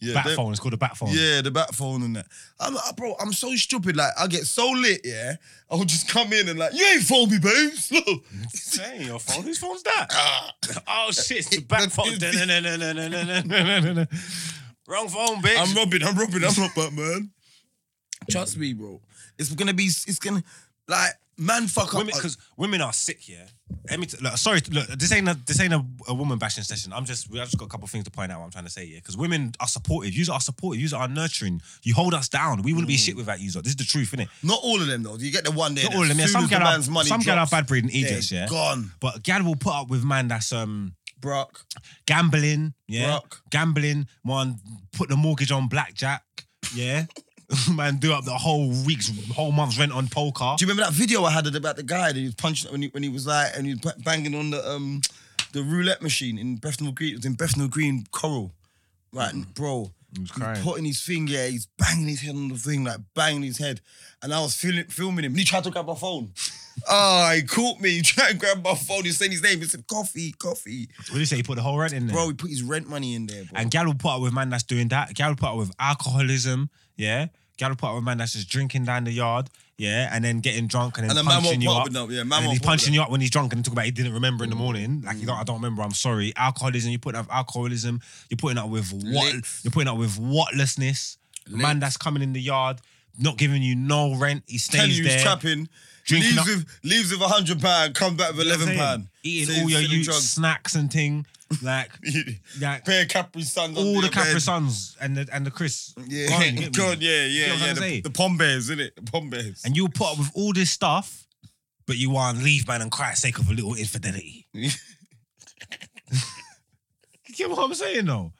Yeah, Bat them- phone. It's called a bat phone. Yeah, the back phone and that. I'm uh, bro, I'm so stupid. Like I get so lit, yeah. I'll just come in and like, you ain't phone me, babes. [LAUGHS] Look. Saying your phone. Whose phone's [LAUGHS] that? Ah. oh shit, it's a bat phone. [LAUGHS] Wrong phone, bitch. I'm robbing, I'm robbing, I'm [LAUGHS] not Batman. Trust me, bro. It's gonna be it's gonna like man fuck women, up. because women are sick. Yeah. Let me t- look, sorry. Look, this ain't a, this ain't a, a woman bashing session. I'm just I just got a couple of things to point out. What I'm trying to say, yeah, because women are supportive. You are supportive. You are nurturing. You hold us down. We wouldn't Mm. be shit without you. This is the truth, innit? Not all of them though. You get the one there. Not that all of them. Yeah, soon some as the gal are, man's money some gal are drops, bad breeding they're idiots, yeah. Gone, But gal will put up with man that's um Brock. gambling, yeah, Rock. gambling. Man, put the mortgage on blackjack, yeah. [LAUGHS] man, do up the whole week's, whole month's rent on poker. Do you remember that video I had about the guy that he was punching when he, when he was like and he was ba- banging on the um the roulette machine in Bethnal Green? It was in Bethnal Green Coral, right, and bro. He was Mm. crying. putting his thing, yeah, he's banging his head on the thing, like banging his head. And I was feeling, filming him. And he tried to grab [LAUGHS] my phone. oh, he caught me. He tried to grab my phone. He said his name. He said, Coffee, coffee. What do you say? You put the whole rent in there, Bro, he put his rent money in there, bro. And gal will put up with man that's doing that. Gal will put up with alcoholism, yeah. Gal will put up with man that's just drinking down the yard. Yeah, and then getting drunk and then And the man punching won't you put up up. with no- yeah, man and then won't he's put up with punching that. Mm. you up when he's drunk and then talk about he didn't remember in the morning. Like you don't, I don't remember. I'm sorry. Alcoholism. You're putting up with alcoholism. You're putting up with what? Licks. You're putting up with whatlessness. The Man that's coming in the yard, not giving you no rent. He Tell stays you there. he's trapping. drinking leaves up- with leaves with a hundred pound, come back with You know what eleven I'm saying? pound. Eating Say all he's your selling youth snacks and thing. Like, [LAUGHS] like Pair of Capri Suns. all under the your Capri bed. Suns and the and the Chris. Yeah, Garden, [LAUGHS] you get me? God, yeah, You get yeah, what yeah. I'm The, saying? the pom bears, isn't it? The pom bears. [LAUGHS] And you'll put up with all this stuff, but you want to leave man and cry at sake of a little [LAUGHS] infidelity. You get what I'm saying though?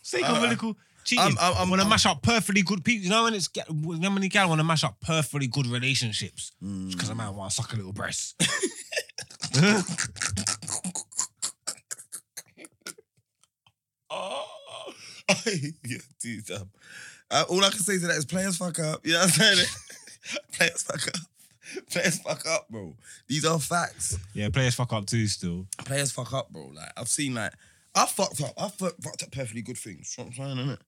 Sake of a Uh, little cheating. I'm- I'm- I'm- want to I'm- mash up perfectly good people. You know when it's get- you know when you want to mash up perfectly good relationships because a man want to suck a little breast. Oh, yeah, dude, um, uh, all I can say to that is players fuck up. You know what I'm saying? [LAUGHS] players fuck up. [LAUGHS] Players fuck up, bro. These are facts. [LAUGHS] yeah, players fuck up too still. Players fuck up, bro. Like I've seen, like I fucked up. I fuck, fucked up perfectly good things. You know what I'm saying, innit?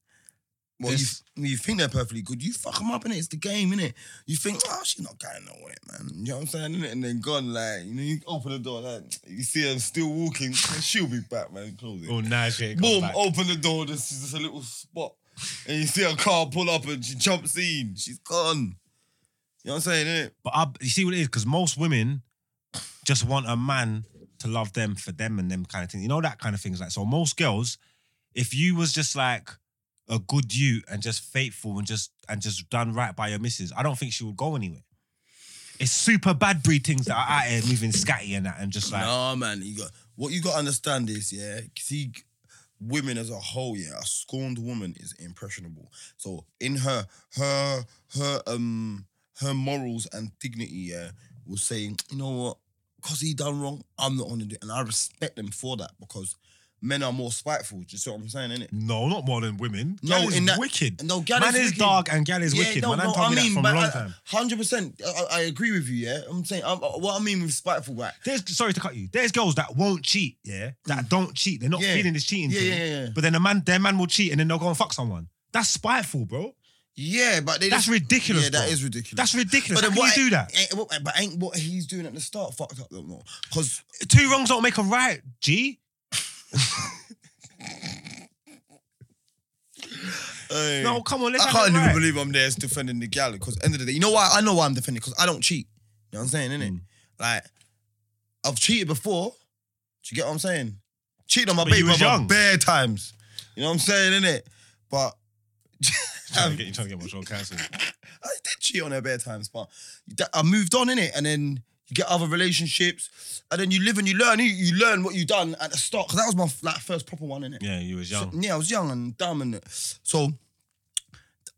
Well, you, Yes. when you think they're perfectly good. You fuck them up, innit? It's the game, innit? You think, oh, she's not going nowhere, man. You know what I'm saying, innit? And then gone, like you know, you open the door, like you see her still walking. She'll be back, man. Close it. Oh, nah, shit. come Boom, back. open the door. There's just a little spot. And you see a car pull up and she jumps in. She's gone. You know what I'm saying, innit? But I, you see what it is because most women just want a man to love them for them and them kind of thing. You know that kind of things like so. Most girls, if you was just like a good you and just faithful and just and just done right by your missus, I don't think she would go anywhere. It's super bad breed things that are out here moving scatty and that and just like Nah, man. You got what you gotta understand is, yeah, see women as a whole, yeah, a scorned woman is impressionable. So in her, her, her, um, her morals and dignity, yeah, will say, you know what, because he done wrong, I'm not gonna do it. And I respect them for that because men are more spiteful. Do you see what I'm saying, innit? no, not more than women. No, Gal is in that- wicked. No, Gal man is is wicked. dark and gal is wicked. My nan told me that from a long time. Hundred percent, I, I agree with you. Yeah, I'm saying I, I- what I mean with spiteful, right? There's sorry to cut you. There's girls that won't cheat, yeah, that don't cheat. They're not Mm. Yeah. feeling this cheating Yeah, thing. yeah, yeah. But then a man, their man will cheat, and then they'll go and fuck someone. That's spiteful, bro. Yeah, but they That's just- ridiculous. Yeah, bro. that is ridiculous. That's ridiculous. But How then can what you do that? Ain't, what- but ain't what he's doing at the start fucked up though, no? Because Two wrongs don't make a right. G. No, come on, let's I have can't it even right. believe I'm there defending the gal. Because end of the day, you know why? I know why I'm defending. Because I don't cheat. You know what I'm saying, innit? Mm. Like I've cheated before. Do you get what I'm saying? Cheated on my But you baby was brother young. bare times. You know what I'm saying, innit? But [LAUGHS] Trying to get, you trying to get my show cancelled. I did cheat on her bare times, but that- I moved on in it, and then you get other relationships, and then you live and you learn. You, you learn what you done at the start. Cause that was my f- like first proper one in it. Yeah, you was young. Yeah, I was young and dumb and so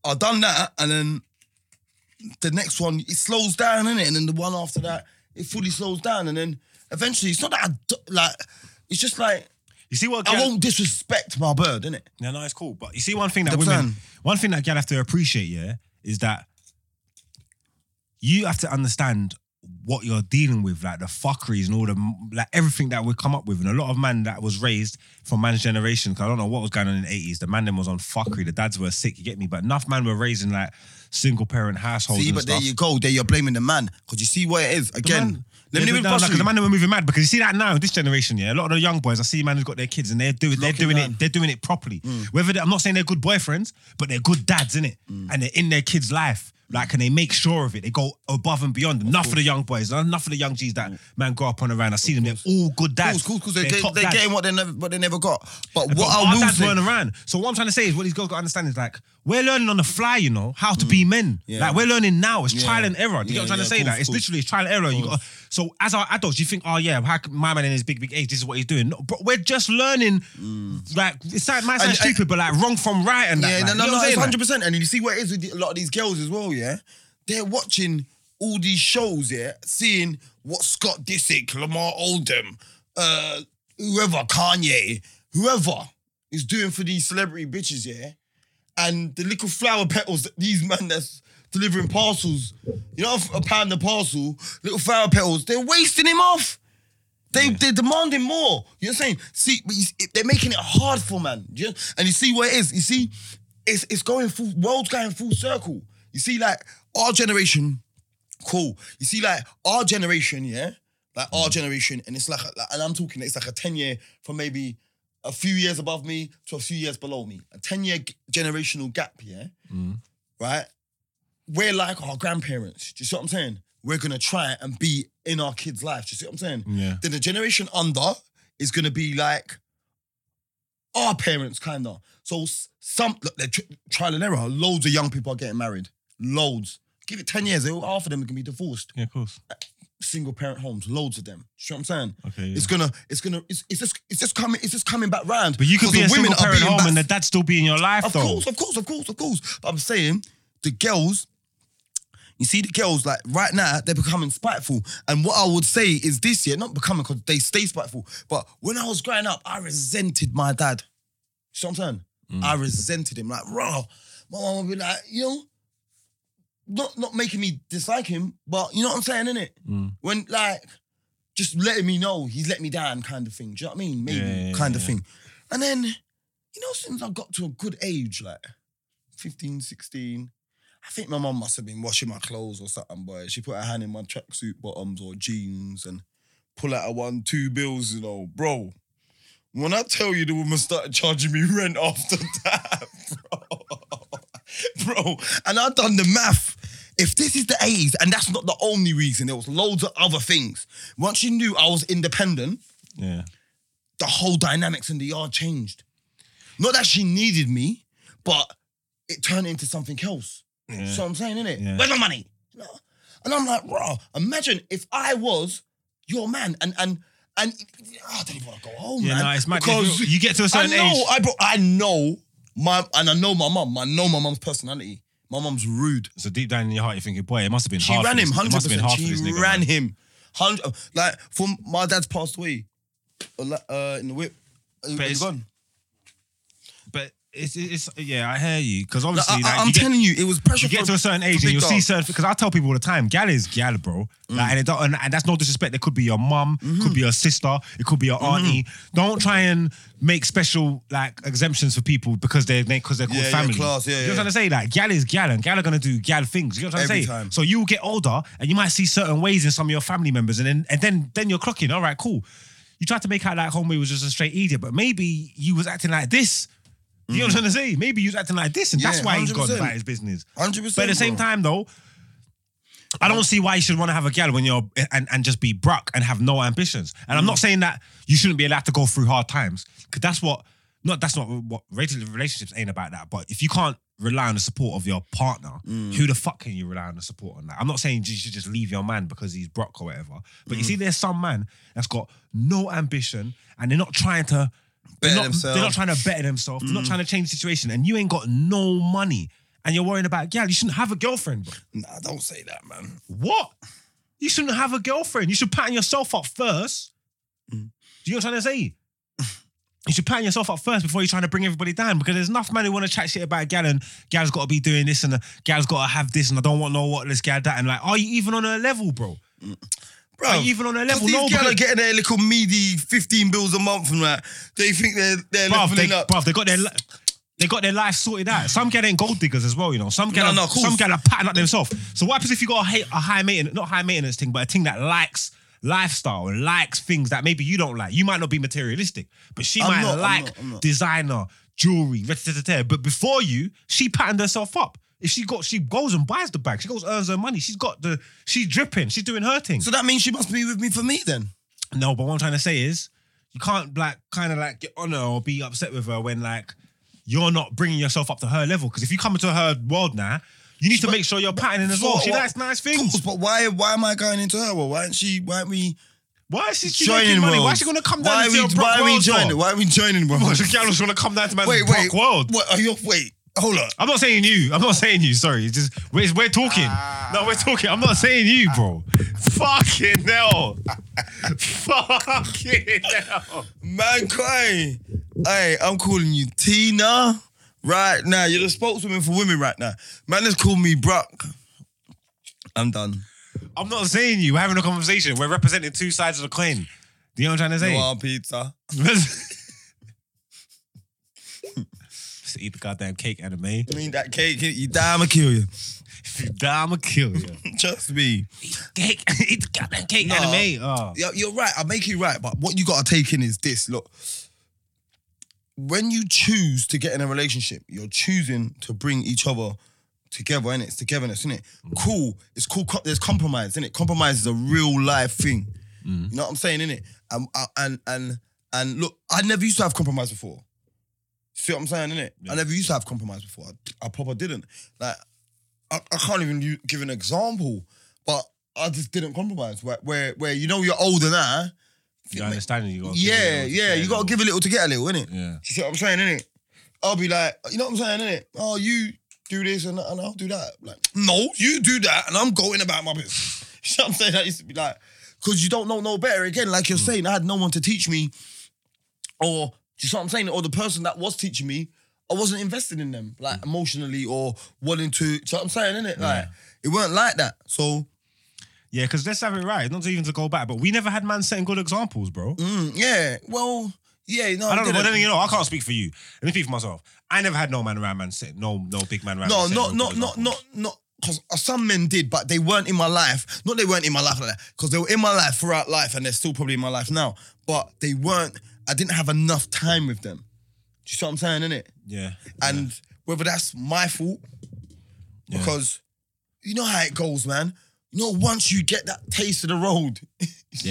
I done that, and then the next one it slows down in it, and then the one after that it fully slows down, and then eventually it's not that I d- like it's just like You see what? I gal- won't disrespect my bird in it. No, no, it's cool. But you see, one thing that The women, plan. one thing that gal have to appreciate, yeah, is that you have to understand what you're dealing with, like the fuckeries and all the like everything that we come up with. And a lot of man that was raised from man's generation, because I don't know what was going on in the 80s. The man them was on fuckery, the dads were sick, you get me? But enough man were raised in like single parent households. See, and but stuff. there you go. There you're blaming the man because you see what it is again. Man, let me yeah, even but no, bust like, you. the man that were moving mad because you see that now in this generation, yeah. A lot of the young boys, I see man who's got their kids and they're doing they're Locking doing down. Mm. it, they're doing it properly. Whether they, I'm not saying they're good boyfriends, but they're good dads, innit? And they're in their kids' life. Like, and they make sure of it. They go above and beyond. Enough of the young boys, enough of the young G's that Mm. man grow up on around. I see them, they're all good dads. Cool, cool, cool. They, They're they, top they're dads. getting what they never, what they never got. But what But I our will dads say, weren't around. So what I'm trying to say is what these girls got to understand is like we're learning on the fly, you know, how to be men. Mm. Yeah. Like we're learning now. It's trial and error. Do you Yeah, get what I'm trying to yeah, say? course, Like it's course. literally trial and error. You got so as our adults, you think, oh yeah, how can my man in his big big age, this is what he's doing. No, but we're just learning. Like it sound, might sound Mm. And- and- stupid, but like wrong from right and yeah, that. like, no, no, you know no, what I'm it's saying? hundred percent. And you see what it is with the- a lot of these girls as well. Yeah, they're watching all these shows. Yeah, seeing what Scott Disick, Lamar Oldham, uh, whoever Kanye, whoever is doing for these celebrity bitches. Yeah, and the little flower petals that these men that's delivering parcels, you know, a pound a parcel, little flower petals, they're wasting him off. They, They're demanding more. You know what I'm saying? See, but you, it- they're making it hard for man. You know? And you see what it is. You see, it's it's going full, world's going full circle. You see, like, our generation, cool. You see, like, our generation, yeah? Like, our generation, and it's like, a- like- and I'm talking, it's like a 10 year from maybe a few years above me to a few years below me. A 10 year g- generational gap, yeah? Right? we're like our grandparents. Do you see what I'm saying? We're gonna try and be in our kids' life. Do you see what I'm saying? Yeah. Then the generation under is gonna be like our parents, kind of. So s- some look, they're tr- trial and error. Loads of young people are getting married. Loads. Give it ten years, they all- half of them can be divorced. Yeah, of course. Single parent homes, loads of them. Do you know what I'm saying? Okay. yeah. It's gonna, it's gonna, it's, it's just, it's just coming, it's just coming back round. But you could Because be the a single are parent being home back- and the dad still be in your life, of though. course, of course, of course, of course. But I'm saying the girls, you see the girls, like right now, they're becoming spiteful. And what I would say is this year, not becoming because they stay spiteful, but when I was growing up, I resented my dad. You know what I'm saying? Mm. I resented him. Like, raw. My mom would be like, you know, not not making me dislike him, but you know what I'm saying, innit? Mm. When like just letting me know he's let me down kind of thing. Do you know what I mean? Maybe Yeah, yeah, kind of yeah. thing. And then, you know, since I got to a good age, like 15, 16, I think my mum must have been washing my clothes or something, but she put her hand in my tracksuit bottoms or jeans and pull out a one, two bills, you know, bro. When I tell you the woman started charging me rent after [LAUGHS] that, bro. Bro, and I done the math. If this is the 80s, and that's not the only reason, there was loads of other things. Once you knew I was independent, Yeah. the whole dynamics in the yard changed. Not that she needed me, but it turned into something else. Yeah. So I'm saying, innit? Yeah. Where's my money? No. And I'm like, bro, imagine if I was your man and and and I don't even want to go home. Yeah, man, no, it's mad. because You, you get to a I certain know, age. I bro, I know my and I know my mum. I know my mum's personality. My mum's rude. So deep down in your heart, you're thinking, boy, it must have been She hard. ran for him this- it hundred must have been hard percent. for She this nigga, ran man. him hundred. Like from my dad's passed away, uh, uh, in the whip. Uh, it's- gone. But it's, it's, yeah, I hear you. Because No, obviously, I, like, am you get- telling you, it was pressure. you get for- to a certain age and for big you'll see dog. certain because I tell people all the time, gal is gal, bro. Mm. Like, and, it don't, and, and that's no disrespect. It could be your mum, Mm-hmm. could be your sister, it could be your auntie. Don't try and make special like exemptions for people because they're because they're called Yeah, yeah, family. class, yeah, you know what yeah. I'm trying to say? Like, gal is gal, and gal are gonna do gal things. You know what I'm trying to Every say? time. So you will get older and you might see certain ways in some of your family members, and then and then then you're clocking. All right, cool. You tried to make out like homie was just a straight idiot, but maybe you was acting like this. You know what I'm trying to say? Maybe you was acting like this, and that's Yeah, why he's gone 100%. about his business. 100%, But at the same bro. time, though, I don't see why you should want to have a gal when you're and, and just be bruck and have no ambitions. And I'm not saying that you shouldn't be allowed to go through hard times because that's what not that's not what rela- relationships ain't about that. But if you can't rely on the support of your partner, Mm. who the fuck can you rely on the support on that? I'm not saying you should just leave your man because he's brock or whatever. But Mm. you see, there's some man that's got no ambition and they're not trying to. They're Better not, they're not themselves. Mm. trying to better themselves. They're not trying to change the situation, and you ain't got no money, and you're worrying about gal. You shouldn't have a girlfriend, bro. Nah, don't say that, man. What? You shouldn't have a girlfriend. You should pattern yourself up first. Mm. Do you know what I'm trying to say? [LAUGHS] You should pattern yourself up first before you're trying to bring everybody down because there's enough man who want to chat shit about a gal and gal's got to be doing this and the gal's got to have this and I don't want no what this gal that and like are you even on her level, bro? Bro, Are you even on her level? these No, girls are because getting their little meaty 15 bills a month from that. They think they're they're bruv, they, leveling up. bruv, they got their li- they got their life sorted out. Some gal ain't gold diggers as well, you know. Some gal, No, are- no, of course. some gal are pattern up themselves. So what happens if you got a, hate, a high maintenance, not high maintenance thing, but a thing that likes lifestyle and likes things that maybe you don't like. You might not be materialistic, but she I'm might not, I'm like not, I'm not. designer jewelry. da, da, da, da. But before you, she patterned herself up. If she got, she goes and buys the bag. She goes earns her money. She's got the, she's dripping. She's doing her thing. So that means she must be with me for me then. No, but what I'm trying to say is, you can't like kind of like get on her or be upset with her when like you're not bringing yourself up to her level. Because if you come into her world now, you need to make sure you're patterning as well. So She what- likes nice Of things. course, but why why am I going into her? Well, why ain't she why aren't we Why is she she's joining making money? Why worlds? is she gonna come Why down are to we, your why Brock are we world? joining? Joining? Why are we joining [LAUGHS] worlds? The girl wanna come down to my Wait, wait. Brock world. What are you wait, hold up. I'm not saying you. I'm not saying you. Sorry, it's just we're, we're talking. Ah. no, we're talking. I'm not saying you, [LAUGHS] bro. Fucking hell. [LAUGHS] Fucking hell. Man crying. Hey, I'm calling you Tina right now. You're the spokeswoman for women right now. Man has called me Brock. I'm done. I'm not saying you. We're having a conversation. We're representing two sides of the coin. Do you know what I'm trying to say? [LAUGHS] You want pizza? Just eat the goddamn cake, anime. I mean that cake, you die, I'ma kill you. [LAUGHS] If you die, I'ma kill you. Trust me. cake, [LAUGHS] eat the goddamn cake, No. anime. Oh. You're, you're right. I make you right, but what you gotta take in is this. Look, when you choose to get in a relationship, you're choosing to bring each other together, and it's togetherness, innit? Cool. It's cool. co- There's compromise, innit? Compromise is a real life thing. You know what I'm saying, innit? Um, uh, and and And look, I never used to have compromise before. See what I'm saying, innit? Yeah. I never used to have compromise before. I, I proper didn't. Like, I, I can't even u- give an example, but I just didn't compromise. Where, where, where you know you're older now. You understand? You got Yeah, yeah. You gotta give a little to get a little, innit? Yeah, You see what I'm saying, innit? I'll be like, you know what I'm saying, innit? Oh, you do this and, and I'll do that. Like, no, you do that and I'm going about my business. [LAUGHS] you know what I'm saying? That used to be like, because you don't know no better. Again, like Mm. you're saying, I had no one to teach me or, do you see what I'm saying? Or the person that was teaching me, I wasn't invested in them, like Mm. emotionally or wanting to, do you know what I'm saying, innit? Like, it weren't like that. So, yeah. Because let's have it right. Not even to go back, but we never had man setting good examples, bro. mm, yeah, well, yeah, no, I don't know. But didn't. then you know, I can't speak for you. Let me speak for myself. I never had no man around man sitting, no, no big man around. No, man setting not no not good not examples. not not because some men did, but they weren't in my life. Not they weren't in my life like that because they were in my life throughout life, and they're still probably in my life now. But they weren't. I didn't have enough time with them. Do you see what I'm saying? Innit? Yeah, And whether that's my fault, Yeah. because you know how it goes, man. You know, once you get that taste of the road, [LAUGHS] yeah,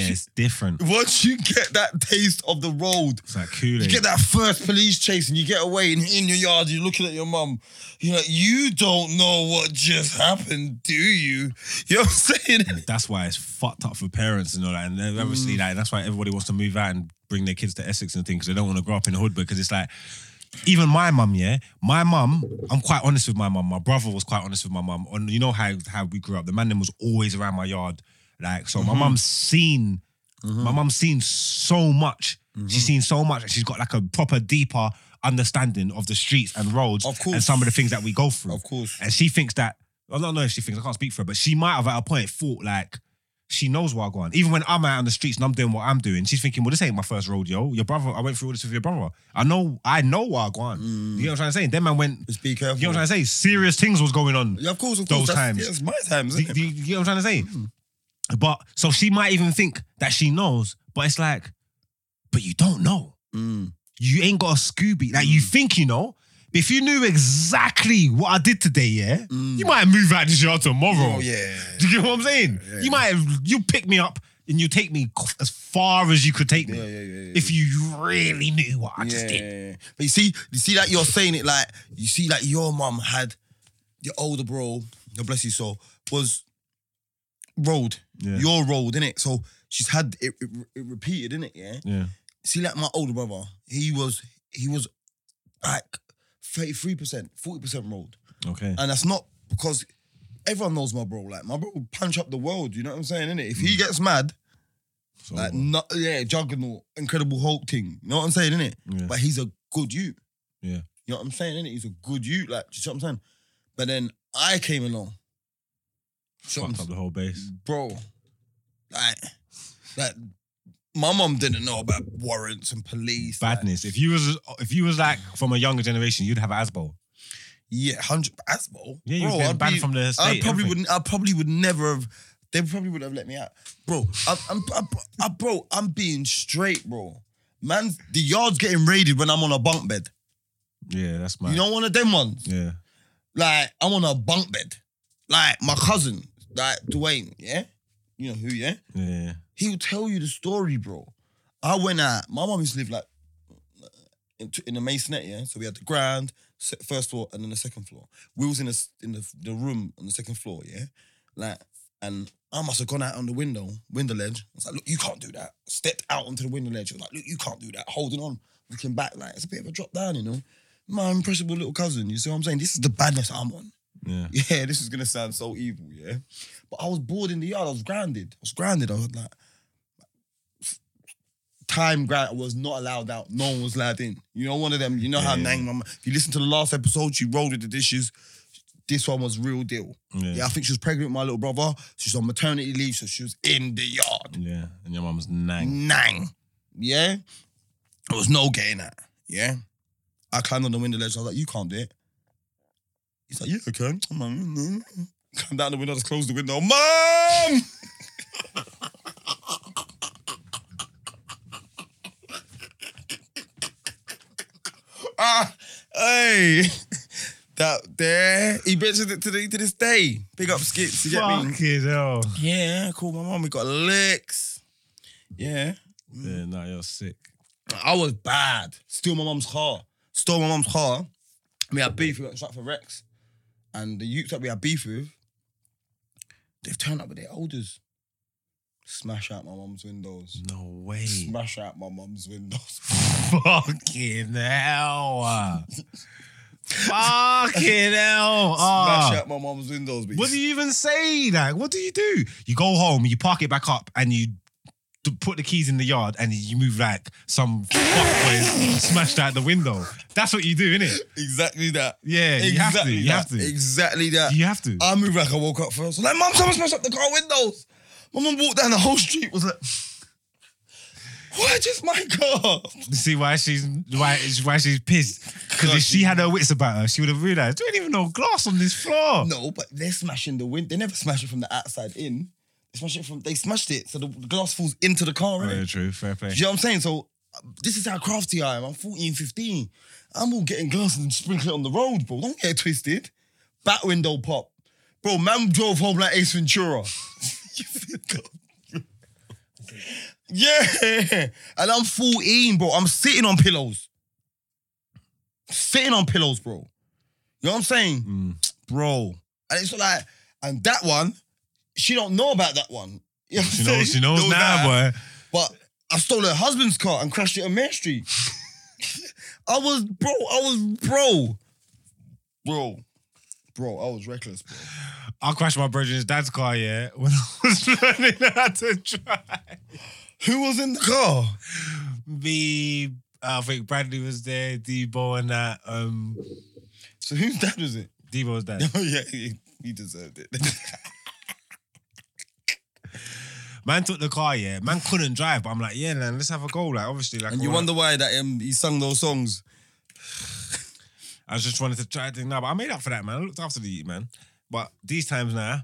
it's different. once you get that taste of the road, It's like Kool you Aid. get that first police chase and you get away and in your yard, you're looking at your mum. You're like, you don't know what just happened, do you? You know what I'm saying? That's why it's fucked up for parents and all that. And then Mm. obviously, like that's why everybody wants to move out and bring their kids to Essex and things because they don't want to grow up in the hood. Because it's like, even my mum, yeah, my mum, I'm quite honest with my mum. My brother was quite honest with my mum. On you know how how we grew up, the man then was always around my yard. Like so, Mm-hmm. my mum's seen, my mum's seen so much. Mm-hmm. She's seen so much, and she's got like a proper deeper understanding of the streets and roads Of course. and some of the things that we go through. [LAUGHS] Of course. And she thinks that, I don't know if she thinks, I can't speak for her, but she might have at a point thought like, she knows where I go on. Even when I'm out on the streets and I'm doing what I'm doing, she's thinking, well, this ain't my first rodeo. Your brother, I went through all this with your brother. I know, I know where I go on. You know what I'm saying? Then man went, Just be careful. you know what I'm saying? Serious things was going on. yeah, of course, of Those course. that's- times. Yeah, it's my times. Do, innit? do you, you know what I'm trying to say? But so she might even think that she knows, but it's like, but you don't know. [LAUGHS] Mm. You ain't got a Scooby. Like you think you know. But if you knew exactly what I did today, yeah, you might move out this yard tomorrow. Oh, Mm. yeah. Do you get what I'm saying? You might you pick me up and you take me as far as you could take me. Yeah, yeah, yeah, yeah. If you really knew what I just did. Yeah. But you see, you see that you're saying it like you see like your mum had your older bro, God bless you soul, was road. Yeah. Your road, innit? So she's had it, it, it repeated, innit? Yeah. Yeah. see like my older brother, he was he was like 33%, 40% rolled. Okay. And that's not because everyone knows my bro. Like my bro will punch up the world, you know what I'm saying, innit? If Mm. he gets mad, So, like no, yeah, juggernaut, incredible Hulk thing. You know what I'm saying, innit? Yeah. But he's a good you. Yeah. You know what I'm saying, innit? He's a good you. Like, do you see what I'm saying? But then I came along. So I'm fucked up the whole base. bro, like, like my mom didn't know about warrants and police. like, Badness. If you was if you was like from a younger generation, you'd have Asbo. Yeah, hundred Asbo. Yeah, you've bro, been I'd banned be- from the I state, probably everything. wouldn't. I probably would never have. They probably would have let me out, bro. I'm, I'm, I'm, i bro. I'm being straight, bro. Man, the yard's getting raided when I'm on a bunk bed. Yeah, that's my You know, one of them ones. Yeah. Like I'm on a bunk bed. Like my cousin, like Dwayne. Yeah, you know who? Yeah, Yeah. he'll tell you the story, bro. I went out. My mom used to live like in, in the masonette, yeah. So we had the ground, se- first floor, and then the second floor. We was in the s- in the, the room on the second floor, yeah. Like, and I must have gone out on the window, window ledge. I was like, look, you can't do that. Stepped out onto the window ledge. I was like, look, you can't do that. Holding on, looking back, like it's a bit of a drop down, you know. My impressionable little cousin, you see what I'm saying? This is the badness I'm on. Yeah. [LAUGHS] Yeah, this is gonna sound so evil, yeah. But I was bored in the yard. I was grounded. I was grounded. I was like, time ground. I was not allowed out. No one was allowed in. You know, one of them. You know how Yeah. Nang Mama. If you listen to the last episode, she rolled with the dishes. This one was real deal. Yeah. Yeah. I think she was pregnant with my little brother. She's on maternity leave, so she was in the yard. Yeah. And your mum's nang. Nang. Yeah. There was no getting at. Yeah. I climbed on the window ledge. I was like, you can't do it. He's like, yeah, I can. I'm like, mm mm. Climb down the window, just close the window. Mom! [LAUGHS] ah, hey. That there. He bitches it to, the, to this day. Big up skits, you get me? Fucking hell. Yeah, cool. My mom, we got licks. Yeah. Yeah, no, you're sick. I was bad. Steal my mum's car. Stole my mum's car. We had beef with Stratford Rex. And the youths that we had beef with, they've turned up with their elders. Smash out my mum's windows. No way. Smash out my mum's windows. [LAUGHS] Fucking hell. Fucking hell. Smash Ah. out my mum's windows. What do you even say? Like, what do you do? You go home, you park it back up, and you d- put the keys in the yard, and you move like some fuckboy smashed out the window. That's what you do, innit? Exactly that. Yeah, you have to. Exactly You that. have to. Exactly that. You have to. I moved like I woke up first. Like, mum, someone smashed up the car windows. My mum walked down the whole street, was like, [LAUGHS] why just my car? See why she's why why she's pissed because God, if she you- had her wits about her, she would have realized there ain't even no glass on this floor. No, but they're smashing the window. They never smash it from the outside in. They smash it from, they smashed it so the glass falls into the car, Very innit? true. Fair play. Do you know what I'm saying? So uh, this is how crafty I am. I'm 14, 15. I'm all getting glass and sprinkling it on the road, bro. Don't get it twisted. Back window pop. Bro, man drove home like Ace Ventura. [LAUGHS] You think I'm- yeah. And I'm 14, bro. I'm sitting on pillows. Sitting on pillows, bro. You know what I'm saying? Mm. Bro. And it's like, and that one, she don't know about that one. You know what I'm She knows. saying? She knows now, that. boy. But I stole her husband's car and crashed it on Main Street. [LAUGHS] I was bro, I was bro. Bro. Bro, I was reckless, bro. I crashed my brother in his dad's car. Yeah, when [LAUGHS] I was learning how to drive. Who was in the car? me, I think Bradley was there, Debo and that. Um, So whose dad was it? [LAUGHS] Debo was there. Oh yeah, he, he deserved it. [LAUGHS] Man took the car, yeah. Man couldn't drive, but I'm like, yeah, man, let's have a go. Like, obviously, like, and you all wonder why that um, he sung those songs. right. I just wanted to try thing now, but I made up for that, man. I looked after the youth, man. But these times now,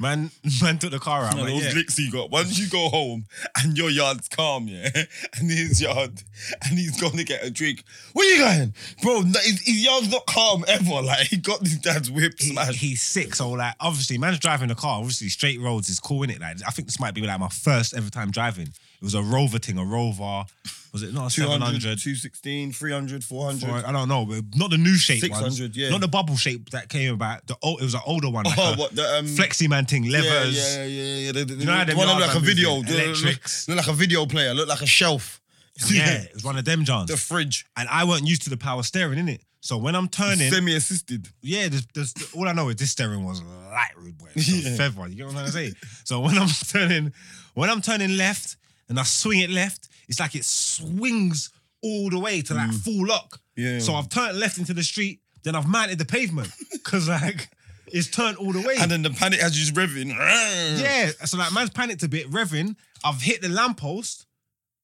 man, [LAUGHS] man took the car out. I'm No, like, those yeah. licks he got. Once you go home and your yard's calm, yeah, [LAUGHS] and his yard, and he's going to get a drink. Where you going, bro? no, His, his yard's not calm ever. Like he got his dad's whip He- smashed. he's sick, so like obviously, man's driving the car. Obviously, straight roads is cool, innit? Like, I think this might be like my first ever time driving. It was a Rover thing, a Rover. Was it not a 200, 700? 216, 300, 400. Or, I don't know, but not the new shape ones. 600, yeah. Not the bubble shape that came about. The old, it was an older one, like Oh, a what the um, flexi man thing, Yeah, levers. yeah, yeah, yeah. yeah. The, the, know how the them one that look yards like a are video, moving? the- the- Electrics. Look, like a video player. Look like a shelf. [LAUGHS] Yeah, it was one of them Johns. [LAUGHS] the fridge, and I weren't used to the power steering in it. So when I'm turning, semi-assisted. yeah, there's, there's, all I know is this steering was light rude boy, Yeah. feather. You get what I'm trying to say? so when I'm [LAUGHS] turning, when I'm turning left and I swing it left, it's like it swings all the way to like full lock. Mm. Yeah. So I've turned left into the street, then I've mounted the pavement because like it's turned all the way. And then the panic as you're revving. Yeah. Yeah, so like man's panicked a bit, revving. I've hit the lamppost.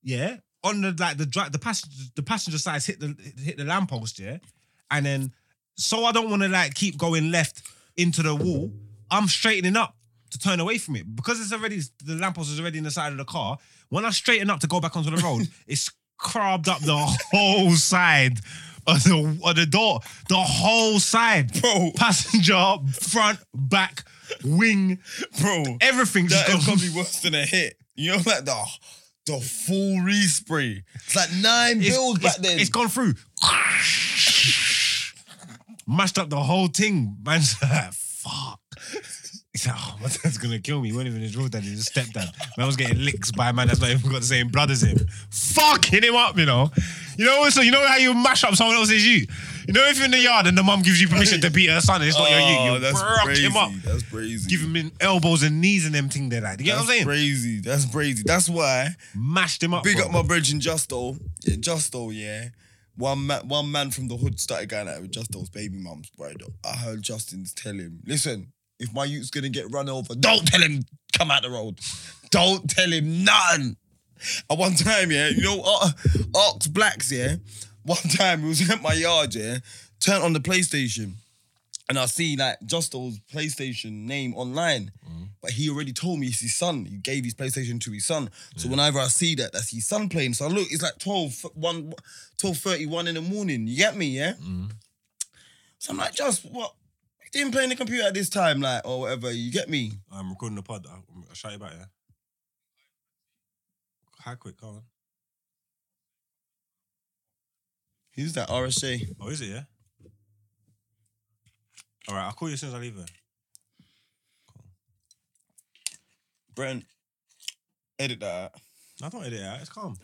Yeah, on the like the dri- the passenger the passenger side's hit the hit the lamppost. Yeah, and then so I don't want to like keep going left into the wall. I'm straightening up to turn away from it because it's already the lamppost is already in the side of the car. When I straighten up to go back onto the [LAUGHS] road, it's crabbed up the whole side. Of the, of the door, the whole side, [LAUGHS] Bro. Passenger, front, back, wing, Bro, everything's that is just gone. probably [LAUGHS] worse than a hit. You know, like the, the full respray. It's like nine It's, bills it's- back then. it's gone through. Mashed up the whole thing. [LAUGHS] Man's like, fuck. He's like, oh, [LAUGHS] my dad's gonna kill me. He wasn't even his real dad, he was a stepdad. Man was getting licks by a man that's not even got the same blood as him. Fucking him up, you know. You know so you know how you mash up someone else's you. You know if you're in the yard and the mum gives you permission to beat her son and it's not your you, you Oh, that's rock crazy. him up. That's crazy. Give him in elbows and knees and them thing they're like. You get that's what I'm saying? crazy. That's crazy. That's why Mashed him up. Big bro. up my bridge in Justo. Yeah, Justo, yeah. One man, one man from the hood started going out with Justo's baby mum's bride. I heard Justin tell him, listen, if my youth's gonna get run over, don't tell him come out the road. Don't tell him nothing. At one time, yeah, you know, uh, Ox Blacks, yeah. One time we was [LAUGHS] at my yard, yeah, turned on the PlayStation. And I see like Justo's PlayStation name online, Mm-hmm. but he already told me it's his son. He gave his PlayStation to his son. So whenever I see that, that's his son playing. So I look, it's like 12, 1, 12.31 in the morning. You get me, yeah? Mm-hmm. So I'm like, Just, what? He didn't play on the computer at this time, like, or whatever. You get me? I'm recording the pod. I'll, I'll shout you back, yeah? How quick, go on. Who's that? RSA. Oh, is it? Yeah. All right, I'll call you as soon as I leave her. Brent. Edit that out. No, don't edit it out. It's calm.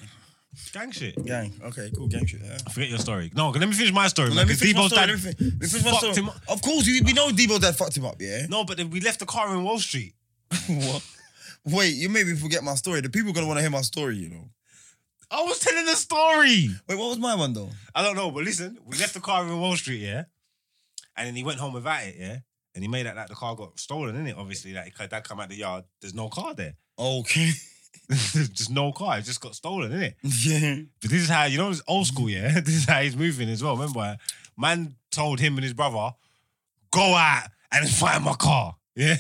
Gang shit. Gang. Okay, cool. Gang shit. Yeah. Forget your story. No, let me finish my story. Let man, me 'cause finish my Debo's story. dad- Let me fin- let me finish my fucked story. him up. Of course, we, we know Debo dad fucked him up, yeah? No, but then we left the car in Wall Street. [LAUGHS] what? Wait, you made me forget my story. The people going to want to hear my story, you know. I was telling the story. Wait, what was my one, though? I don't know, but listen, we left the car in Wall Street, yeah, and then he went home without it, yeah, and he made that like the car got stolen, innit? Obviously, like his dad come out the yard, there's no car there, [LAUGHS] Okay. there's no car, it just got stolen, innit? [LAUGHS] yeah. But this is how you know it's old school, yeah. [LAUGHS] This is how he's moving as well. Remember, man told him and his brother, go out and [LAUGHS] find my car, yeah.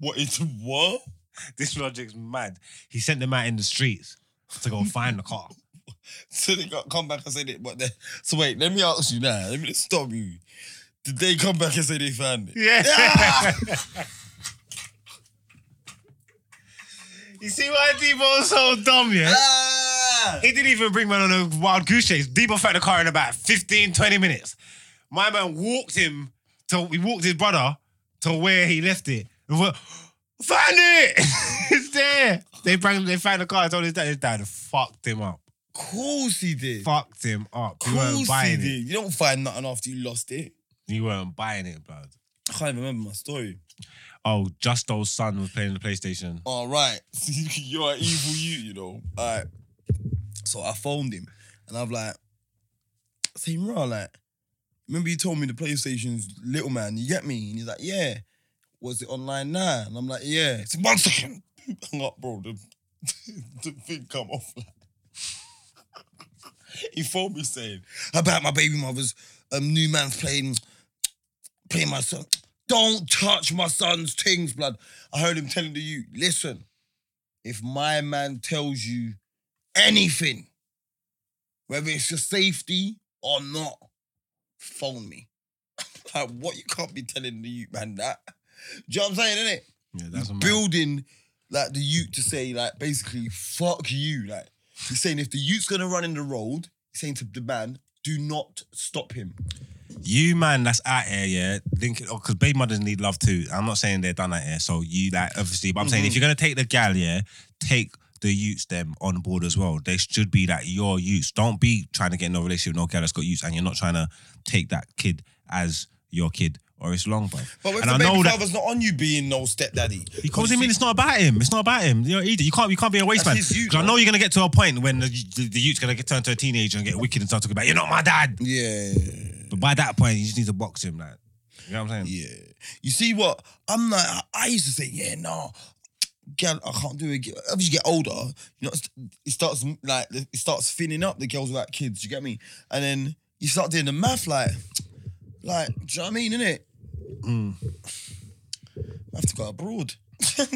What? It's what? [LAUGHS] This logic's mad. He sent them out in the streets to [LAUGHS] go find the car. So they got come back and said it, but they, so wait, let me ask you now. Let me just stop you. Did they come back and say they found it? Yeah. [LAUGHS] Ah! you see why Debo was so dumb, [LAUGHS] yeah? Ah! He didn't even bring man on a wild goose chase. Debo found the car in about 15, 20 minutes. My man walked him to he walked his brother to where he left it. And went, Find it! [LAUGHS] it's there. They bring they found the car. I told his dad, his dad fucked him up. Of course he did. Of Fucked him up. You course weren't he buying did. it. You don't find nothing after you lost it. You weren't buying it, blood. I can't even remember my story. Oh, Justo's son was playing the PlayStation. All right. [LAUGHS] You're an evil you, you know. All right. So I phoned him and I'm like, same raw, like, remember you told me the PlayStation's little man, you get me? And he's like, yeah. Was it online now? And I'm like, yeah. It's one second. [LAUGHS] Hung up, bro. The, [LAUGHS] the thing come off. [LAUGHS] Like. he phoned me saying about my baby mother's um, new man's playing playing my son. Don't touch my son's things, blood. I heard him telling the you, listen, if my man tells you anything, whether it's your safety or not, phone me. [LAUGHS] like, what? You can't be telling the youth man that. Do you know what I'm saying, innit? Yeah, that's a man. building like the youth to say like basically fuck you. Like he's saying if the youth's gonna run in the road, he's saying to the man, do not stop him. You man, that's out here, yeah. Link it because baby mothers need love too. I'm not saying they're done out here, so you like obviously. But I'm saying if Mm-hmm. you're gonna take the gal, yeah, take the youths them on board as well. They should be like your youths. Don't be trying to get in a relationship with no gal that's got youths, and you're not trying to take that kid as your kid, or it's long, bro. But if and the I baby know that father's not on you being no stepdaddy, he calls him in. It's not about him. It's not about him. You're either. You can't. You can't be a waste man. his youth, Because I bro. know you're gonna get to a point when the, the, the youth's gonna get turned to a teenager and get wicked and start talking about you're not my dad. Yeah, But by that point, you just need to box him, like. You know what I'm saying? yeah. You see what? I'm like, I- I used to say, yeah, no, girl, I can't do it. As you get older, you know, it starts like it starts thinning up the girls without kids. You get me? And then you start doing the math, like, like, do you know what I mean? In it, Mm. I have to go abroad. [LAUGHS] None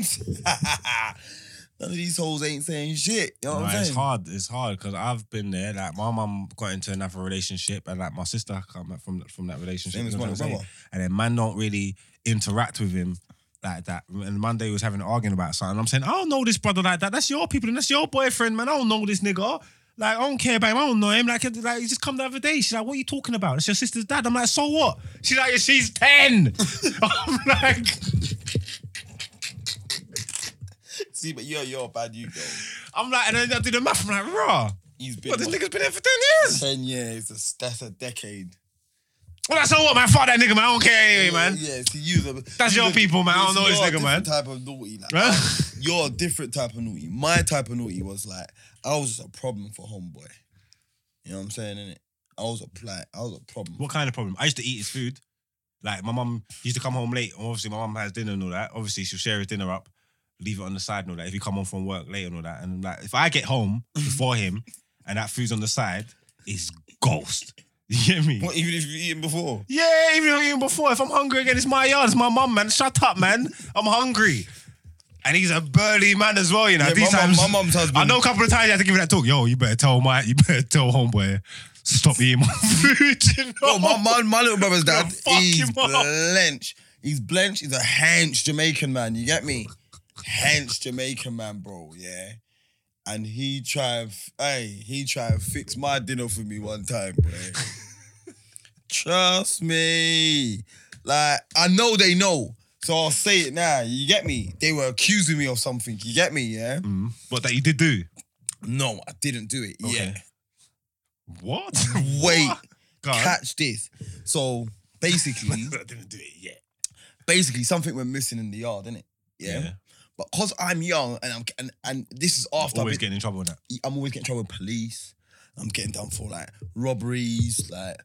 of these hoes ain't saying shit. You know what Nah, I'm it's saying? hard. It's hard because I've been there. Like my mum got into another relationship, and like my sister come back from from that relationship. Same as you know what my I'm saying? brother. And then man don't really interact with him like that. And Monday was having an argument about something. I'm saying I don't know this brother like that. That's your people and that's your boyfriend, man. I don't know this nigga. Like I don't care about him. I don't know him. Like, like he just come the other day. She's like, "What are you talking about? It's your sister's dad." I'm like, "So what?" She's like, "She's 10 [LAUGHS] I'm like, See, but you're you're a bad you girl. I'm like, and then I do the math. I'm like, "Raw, He's been what? This like, nigga's been here for ten years." ten years. That's, that's a decade. Well, that's all what, "Oh, man. Fuck that nigga, man. I don't care anyway, man. Yeah, yeah, see, you's a, That's you's your a- people, man. I don't know this you're a nigga, man. different Type of naughty, like, Huh? [LAUGHS] you're a different type of naughty. My type of naughty was like I was just a problem for homeboy. You know what I'm saying? Innit? I was a like, I was a problem. What kind of problem? I used to eat his food. Like my mum used to come home late, and obviously my mum has dinner and all that. Obviously she'll share his dinner up, leave it on the side and all that. If you come home from work late and all that, and like if I get [LAUGHS] home before him, and that food's on the side, it's ghost. [LAUGHS] You get me? What even if you eaten before? Yeah, even even before. If I'm hungry again, it's my yard. It's my mum, man. Shut up, man. I'm hungry. And he's a burly man as well, you know. Yeah, These my mum- times, my mum's husband- I know a couple of times I had to give her that talk. Yo, you better tell my, you better tell homeboy, stop eating my [LAUGHS] food. You know? Oh, my, my, my little brother's dad, fuck he's him up. blench. He's blench. He's a hench Jamaican man. You get me? Hench Jamaican man, bro. Yeah. and he tried, hey, he tried to fix my dinner for me one time, [LAUGHS] bro. Trust me. Like, I know they know. So I'll say it now. You get me? They were accusing me of something. You get me? Yeah. Mm. But that you did do. No, I didn't do it. Okay. [LAUGHS] What? Yeah. Wait. God. Catch this. So [LAUGHS] basically, I didn't do it yet. basically something went missing in the yard, innit? Yeah. But cause I'm young and I'm and, and this is after I've Always been- getting in trouble with that. I'm always getting in trouble with police. I'm getting done for like robberies, like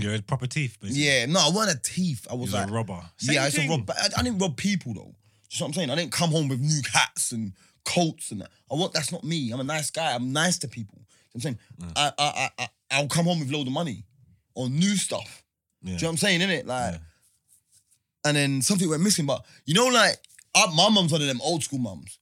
You're a proper thief, basically. yeah. No, I wasn't a thief. I was You're like a robber. yeah, I Same used to rob. thing. But I, I didn't rob people though. You know what I'm saying? I didn't come home with new hats and coats and that. I want that's not me. I'm a nice guy. I'm nice to people. You know what Mm. I'm saying? I, I, I, I, I'll come home with load of money or new stuff. Yeah. Do you know what I'm saying? Innit? Like, Yeah. and then something went missing. But you know, like, I, my mum's one of them old school mums.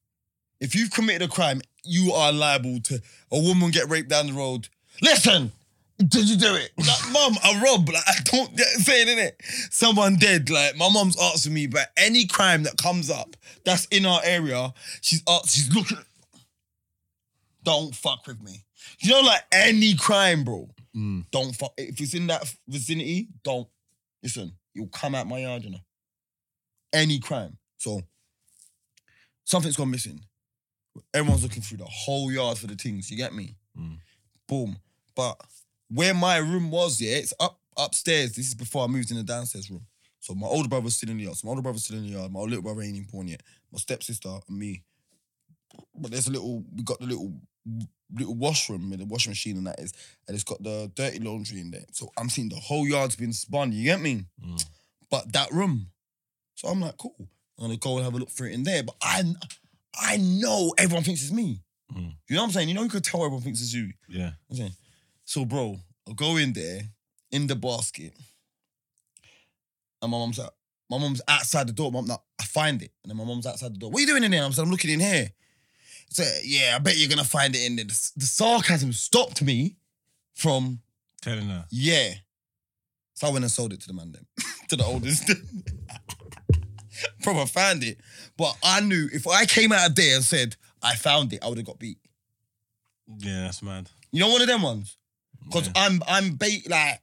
If you've committed a crime, you are liable to a woman get raped down the road. Listen, did you do it? Like, mum, I rob. Like, I don't get saying in it. Someone dead. Like, my mum's asking me about any crime that comes up that's in our area. She's asked, she's looking. Don't fuck with me. You know, like any crime, bro. Mm. Don't fuck. If it's in that vicinity, don't listen. You'll come out my yard, you know. Any crime. So something's gone missing. Everyone's looking through the whole yard for the things. You get me? Mm. Boom. But where my room was, yeah, it's up upstairs. This is before I moved in the downstairs room. So my older brother's still in the yard. So my older brother's still in the yard. My little brother ain't even born yet. My stepsister and me. But there's a little. We got the little little washroom with the washing machine and that is, and it's got the dirty laundry in there. So I'm seeing the whole yard's been spun. You get me? Mm. But that room. So I'm like, cool. I'm gonna go and have a look for it in there. But I, I know everyone thinks it's me. Mm. You know what I'm saying? You know you could tell everyone thinks it's you. Yeah. I'm saying, so bro, I'll go in there in the basket. And my mom's like, my mom's outside the door. Mom, like, I find it. And then my mom's outside the door. What are you doing in there? I'm saying, I'm looking in here. So yeah, I bet you're gonna find it in there. The, the sarcasm stopped me from Telling her. yeah. So I went and sold it to the man then, [LAUGHS] to the oldest. Proper found it. But I knew if I came out of there and said, I found it, I would have got beat. Yeah, that's mad. You know, one of them ones. Cause Yeah. I'm I'm bait like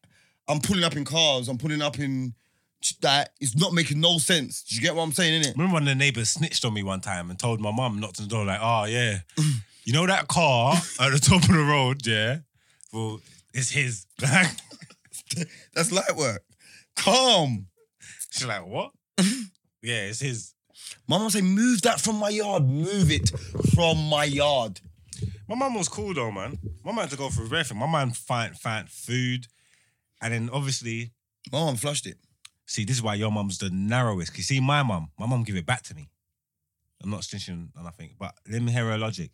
I'm pulling up in cars. I'm pulling up in that. It's not making no sense. Do you get what I'm saying? In it. Remember when the neighbour snitched on me one time and told my mum knocked on the door like, oh [LAUGHS] yeah, you know that car at the top of the road, yeah? Well, it's his. [LAUGHS] That's light work. Calm. She's like, what? yeah, it's his. My mum say, move that from my yard. Move it from my yard. My mum was cool though, man. My mum had to go through everything. My mum find find food, and then obviously, My mum flushed it. see, this is why your mum's the narrowest. 'Cause You see, my mum, my mum give it back to me. I'm not snitching on nothing, but let me hear her logic.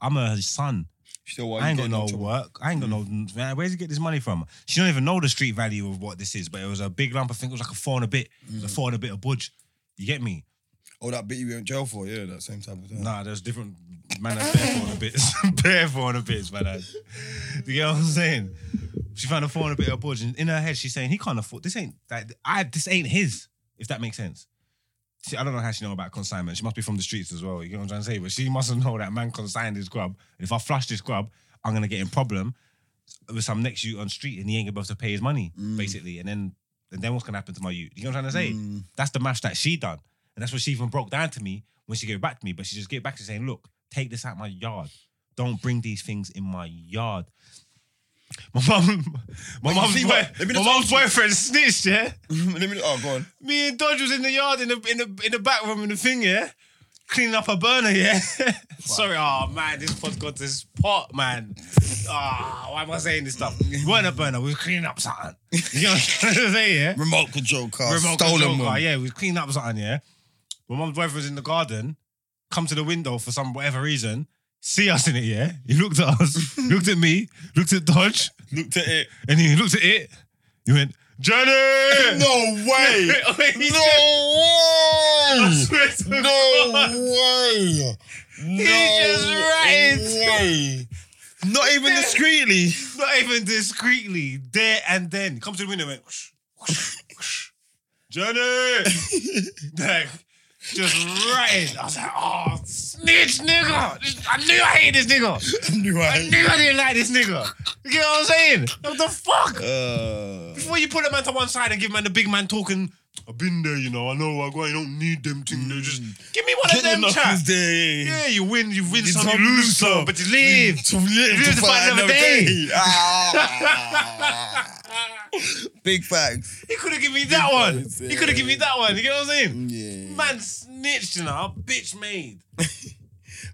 I'm her son. Still, I why you ain't got getting no in trouble? Mm. work. I ain't got no. Man, where's he get this money from? She don't even know the street value of what this is, but it was a big lump. I think it was like a four and a bit, It Mm. was a four and a bit of budge. You get me? Oh, that bit you were in jail for. Yeah, that same type of thing. Nah, there's different man that's bare four and a bits. [LAUGHS] bare four and a bits, man. that's- You get what I'm saying? She found a four and a bit of budge, and in her head she's saying he can't afford this. Ain't like I this ain't his. If that makes sense. She, I don't know how she know about consignment. She must be from the streets as well. You know what I'm trying to say? But she mustn't know that man consigned his grub. And if I flush this grub, I'm gonna get in problem with some next you on street, and he ain't gonna be able to pay his money Mm. basically. And then and then what's gonna happen to my youth? You know what I'm trying to say? Mm. That's the match that she done, and that's what she even broke down to me when she gave it back to me. But she just gave it back to me saying, "Look, take this out my yard. Don't bring these things in my yard." [LAUGHS] My mum, my you mum's, see boy, what- let my me just- mum's boyfriend snitched. Yeah, Let me. Oh, go on. me and Dodge was in the yard in the in the in the back room in the thing. Yeah, cleaning up a burner. Yeah, [LAUGHS] sorry. Oh man, this pod's got to spot, man. Ah, why am I saying this stuff? We weren't a burner. We were cleaning up something. [LAUGHS] You know what I'm saying? Yeah Remote control car. remote stolen control one. car. Yeah, we cleaned up something. Yeah, my mum's boyfriend was in the garden. Come to the window for some whatever reason. See us in it. Yeah, he looked at [LAUGHS] us, looked at me, looked at Dodge, Looked at it. and he looked at it. He went, [LAUGHS] [LAUGHS] Johnny. No way. He said- I no way. swear to No God. way. No just ratted. way. Not even discreetly. [LAUGHS] [LAUGHS] Not even discreetly. There and then. [LAUGHS] Come to the window and went, Johnny. like, Just ratted. I was like, oh, snitch nigga. This- I knew I hated this nigga. I knew I didn't like this nigga. You get what I'm saying? What the fuck? Uh, Before you put a man to one side and give man the big man talking, I've been there, you know, I know I got, you don't need them thing. They Just Mm. give me one of them chat. Yeah, you win, you win some, you lose some, but you live. To live, to fight another [LAUGHS] day. Ah. Big facts. He could have given me that one. He could have given me that one. You get what I'm saying? Yeah. Man snitched, you know, bitch made.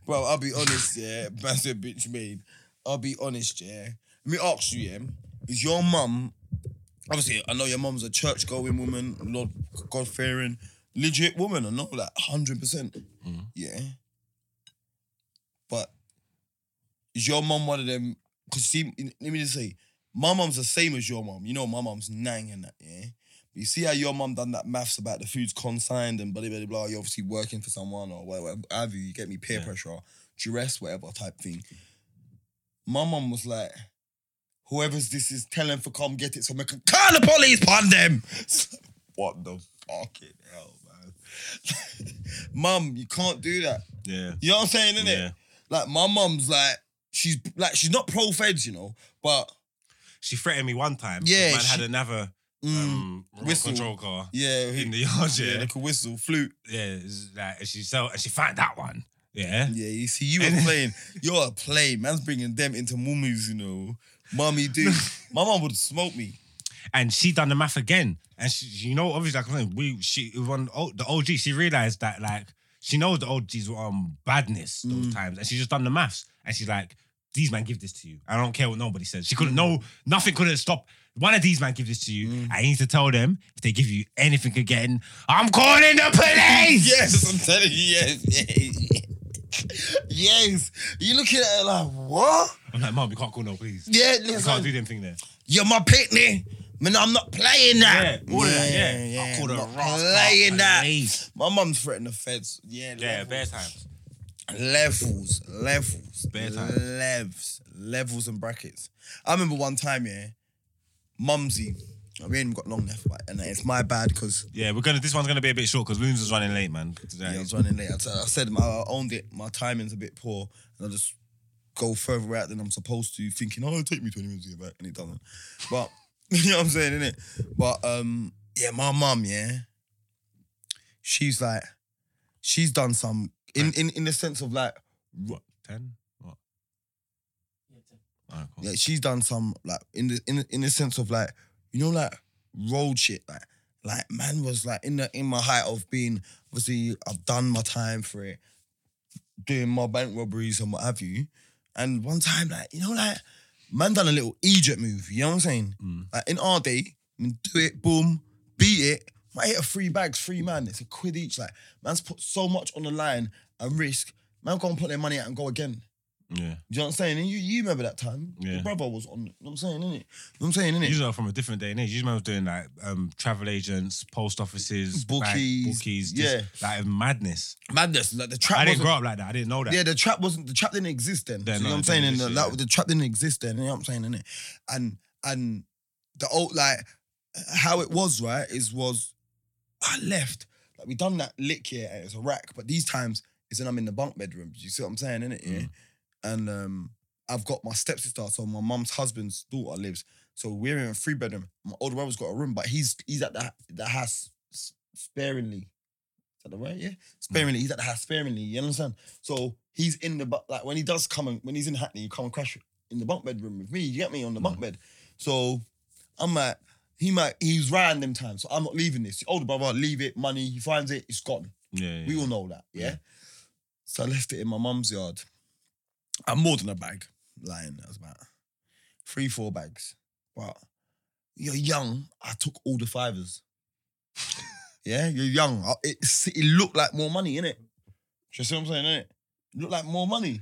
Bro, I'll be honest, yeah. Massive bitch made. I'll be honest, yeah. Let me ask you, yeah. Is your mum, obviously, I know your mum's a church going woman, Lord God fearing, legit woman, I know that 100%. Yeah. But is your mum one of them? Because, see, let me just say, my mum's the same as your mum. You know, my mum's nang and that, yeah. You see how your mum done that maths about the food's consigned and blah, blah, blah, blah. You're obviously working for someone or whatever, what have you. You get me peer Yeah. pressure, duress, whatever type thing. My mum was like, whoever's this is, tell them for come get it so I can call the police upon them. [LAUGHS] what the fucking hell, man? [LAUGHS] mum, you can't do that. Yeah. You know what I'm saying, innit? Yeah. Like my mum's like she's like she's not pro feds, you know, but She threatened me one time. 'cause Yeah, Man she- had another um, remote whistle. control car mm, yeah, he, in the yard, yeah, yeah. they could whistle, flute. Yeah. it's like, and she so and she found that one. Yeah. Yeah, you see, you were playing, you're a play. Man's bringing them into mummies, you know. [LAUGHS] Mummy, dude, my mum would smoke me. and she done the math again. And she, you know, obviously, like I'm saying, we she on oh, the OG. She realized that like she knows the OGs were on badness those times, and she just done the maths. And she's like, "These man give this to you. I don't care what nobody says. She couldn't know nothing. Couldn't stop." One of these man give this to you. I need to tell them if they give you anything again, I'm calling the police. Yes, [LAUGHS] I'm telling you, yes, yes, yes. You looking at her like what? I'm like, Mom, you can't call no police. Yeah, You can't do listen, them thing there. you're my picnic. Man, I'm not playing that. Yeah, all of that, yeah. I called her I'm a not rascal, playing that. police. My mum threatened the feds. Yeah, Yeah, level. bare times. levels, levels, Bare times. levels, levels and brackets. I remember one time, yeah, Mumsy. We ain't even got long left, but and it's my bad because Yeah, we're gonna. This one's gonna be a bit short because Loons is running late, man. yeah, I was running late. I t- I said my, I owned it. My timing's a bit poor, and I just go further out than I'm supposed to, thinking, "Oh, it'll take me 20 minutes to get back," and it doesn't. But [LAUGHS] you know what I'm saying, innit? But um, yeah, my mum, yeah, she's like, she's done some in in in the sense of like What ten? What? Alright, cool. Yeah, she's done some like in the in the, in the sense of like you know like road shit like like man was like in the in my height of being obviously I've done my time for it, doing my bank robberies and what have you, and one time like you know like man done a little Egypt move. You know what I'm saying? Like in our day, I mean, do it, boom, beat it. Might hit a three bags, three man. It's a quid each. Like man's put so much on the line and risk. Man, go and put their money out and go again. Yeah. Do you know what I'm saying? And you, you remember that time. Yeah. Your brother was on, you know what I'm saying, innit? You know what I'm saying, innit? These are from a different day and age. These man was doing like um, travel agents, post offices, bank- Bookies, bookies, yeah. just, like madness. Madness. Like the trap I didn't wasn't, grow up like that. I didn't know that. Yeah, the trap wasn't the trap didn't exist then. Yeah, no, so you know what I'm it saying? didn't And the, exist, that, the trap didn't exist then, you know what I'm saying, innit? And and the old like how it was, right, is was I left. Like we done that lick here and it's a rack, but these times it's when I'm in the bunk bedroom. Do you see what I'm saying, innit? Mm. Yeah. And um I've got my stepsister, so my mum's husband's daughter lives. So we're in a three bedroom. My older brother's got a room, but he's he's at the the house s- sparingly. Is that the right? Yeah, sparingly. He's at the house sparingly. You understand? So he's in the bu- like when he does come and when he's in Hackney, you come and crash in the bunk bedroom with me. You get me on the bunk bed. So I'm like, he might he's round them times. So I'm not leaving this. Older brother, leave it. Money, he finds it, it's gone. yeah, yeah. We all know that, yeah? Yeah. So I left it in my mum's yard. I'm more than a bag. Lying, that was about three, four bags. But you're young. I took all the [LAUGHS] fivers. yeah, you're young. I- It, it looked like more money, innit? Do you see what I'm saying, innit? Looked like more money.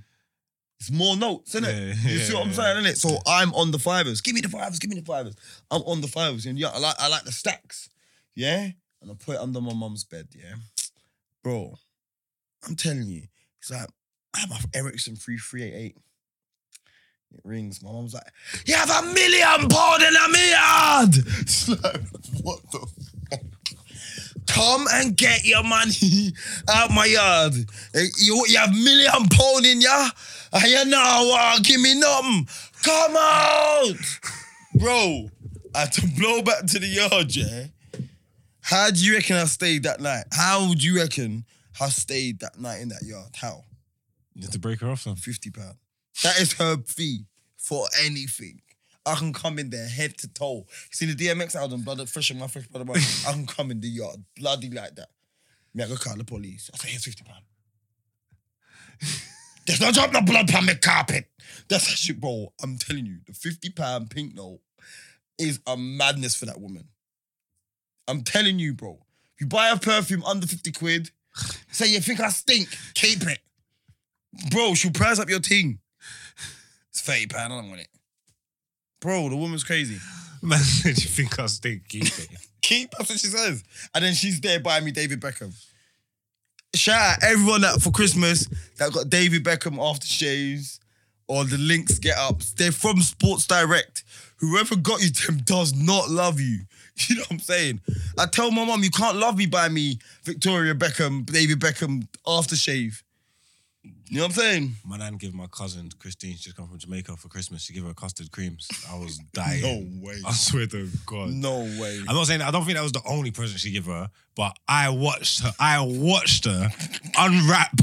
It's more notes, innit? Yeah, You yeah, see what I'm yeah. saying, innit? So I'm on the fivers. Give me the fivers, give me the fivers. I'm on the fivers. And yeah, I like I like the stacks. Yeah? And I put it under my mum's bed, yeah. Bro, I'm telling you, it's like I have my Ericsson 3388. It rings. My mum's like, you have a [LAUGHS] million pound in a milliard. It's like, what the fuck? Come and get your money [LAUGHS] out my yard. Eh, You, you have million pound in ya? Ah, you know what? Give me nothing. Come out. Bro, I had to blow back to the yard, yeah? How do you reckon I stayed that night? How do you reckon I stayed that night in that yard? How? You have to break her off, [LAUGHS] son. 50 pounds. That is her fee for anything. I can come in there head to toe. See the DMX album, Blood and Fresh and My Fresh Brother. Brother, I can come in the yard, bloody like that. Me, I go call the police. I say, here's 50 pounds. There's no drop no blood on my carpet. That's that shit, bro. I'm telling you, the 50 pound pink note is a madness for that woman. I'm telling you, bro. You buy a perfume under 50 quid, say you think I stink, keep it. Bro, she'll prize up your thing. It's 30 pound, I don't want it. Bro, the woman's crazy. Man, [LAUGHS] do you think I stink? Keep it. Keep, that's what she says. And then she's there buying me David Beckham. Shout out everyone that for Christmas that got David Beckham aftershaves or the links get ups. They're from Sports Direct. Whoever got you them does not love you. [LAUGHS] You know what I'm saying? I tell my mom, you can't love me by me, Victoria Beckham, David Beckham aftershave. You know what I'm saying? My nan gave my cousin Christine, she's come from Jamaica for Christmas. She gave her custard creams. I [LAUGHS] was dying. No way. I swear to God. No way. I'm not saying I don't think that was the only present she gave her, but I watched her. I watched her unwrap,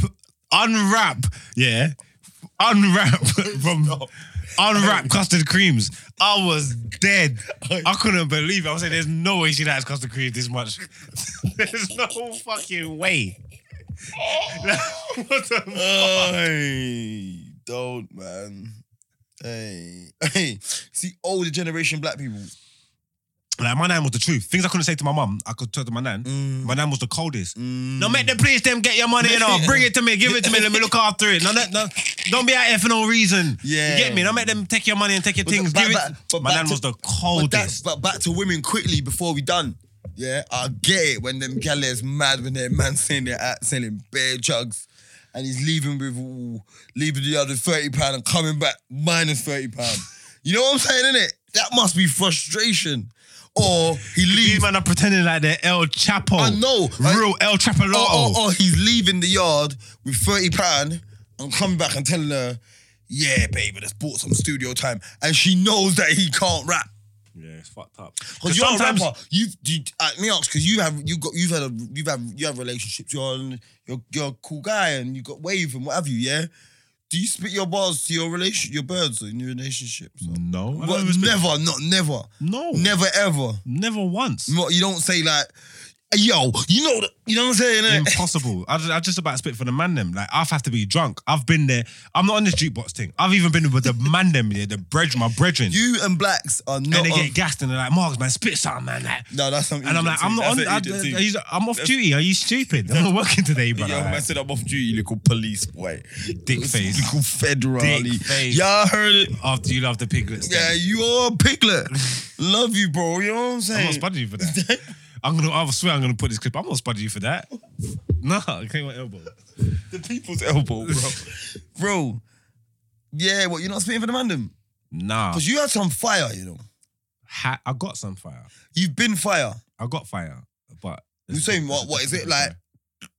unwrap, yeah, unwrap [LAUGHS] from unwrap custard creams. I was dead. I couldn't believe it. I was saying, "There's no way she likes custard creams this much. [LAUGHS] There's no fucking way." what the Hey, don't, man. Hey, hey. See, older generation black people. Like my nan was the truth. Things I couldn't say to my mum, I could tell to my nan. Mm. My nan was the coldest. No, make the police them get your money and all. Bring it to me, give it to me, let me look after it. No, no, no, don't be out here for no reason. Yeah. you get me. Don't make them take your money and take your But things. back- give back- it. but my back nan to- was the But that's coldest. but back to women quickly before we done. Yeah, I get it when them gallers mad when their man saying they're out selling bare drugs, and he's leaving with ooh, leaving the other thirty pound and coming back minus thirty pound. You know what I'm saying, innit? That must be frustration, or he These leaves. man are pretending like they're El Chapo. I know. Real El Chapalotto. Oh, oh, oh, he's leaving the yard with 30 pound and coming back and telling her, yeah, baby, let's bought some studio time. And she knows that he can't rap. Yeah, it's fucked up. Because you're a rapper. You've, you, uh, me ask, because you have, you got, you've had, a, you've had, you have relationships. You're, you're, you're a cool guy, and you got wave and what have you. Yeah. Do you spit your bars to your relation, your birds in your relationships? No, I Well, don't even speak- never, not never, No. never ever. never once. Not, you don't say like, yo, you know, the, you know what I'm saying? innit? impossible. I just, I just about spit for the man them. Like I've have to be drunk. I've been there. I'm not on the jukebox thing. I've even been with the man them. Yeah, the brethren, my brethren. You and blacks are not. and they on- get gassed and they're like, "Marks, man, spit something, man." Like, No, that's something. and I'm like, "I'm not on. I, he's- I'm off duty. Are you stupid? I'm not working today, bro." Young man Like, said I'm off duty, little police boy. dick face. Little federal. Dick face. Y'all heard it. After you love the piglets. Yeah, then. you are [LAUGHS] a piglet. Love you, bro. You know what I'm I'm saying? not spudging you for [LAUGHS] that. I'm gonna. I swear, I'm gonna put this clip. I'm not spudging you for that. Nah, I can't my elbow. the people's [LAUGHS] elbow, bro. bro. Yeah, what you're not spitting for the mandem? Nah, Because you had some fire, you know. ha- I got some fire. You've been fire. I got fire, but You saying what? What is it like?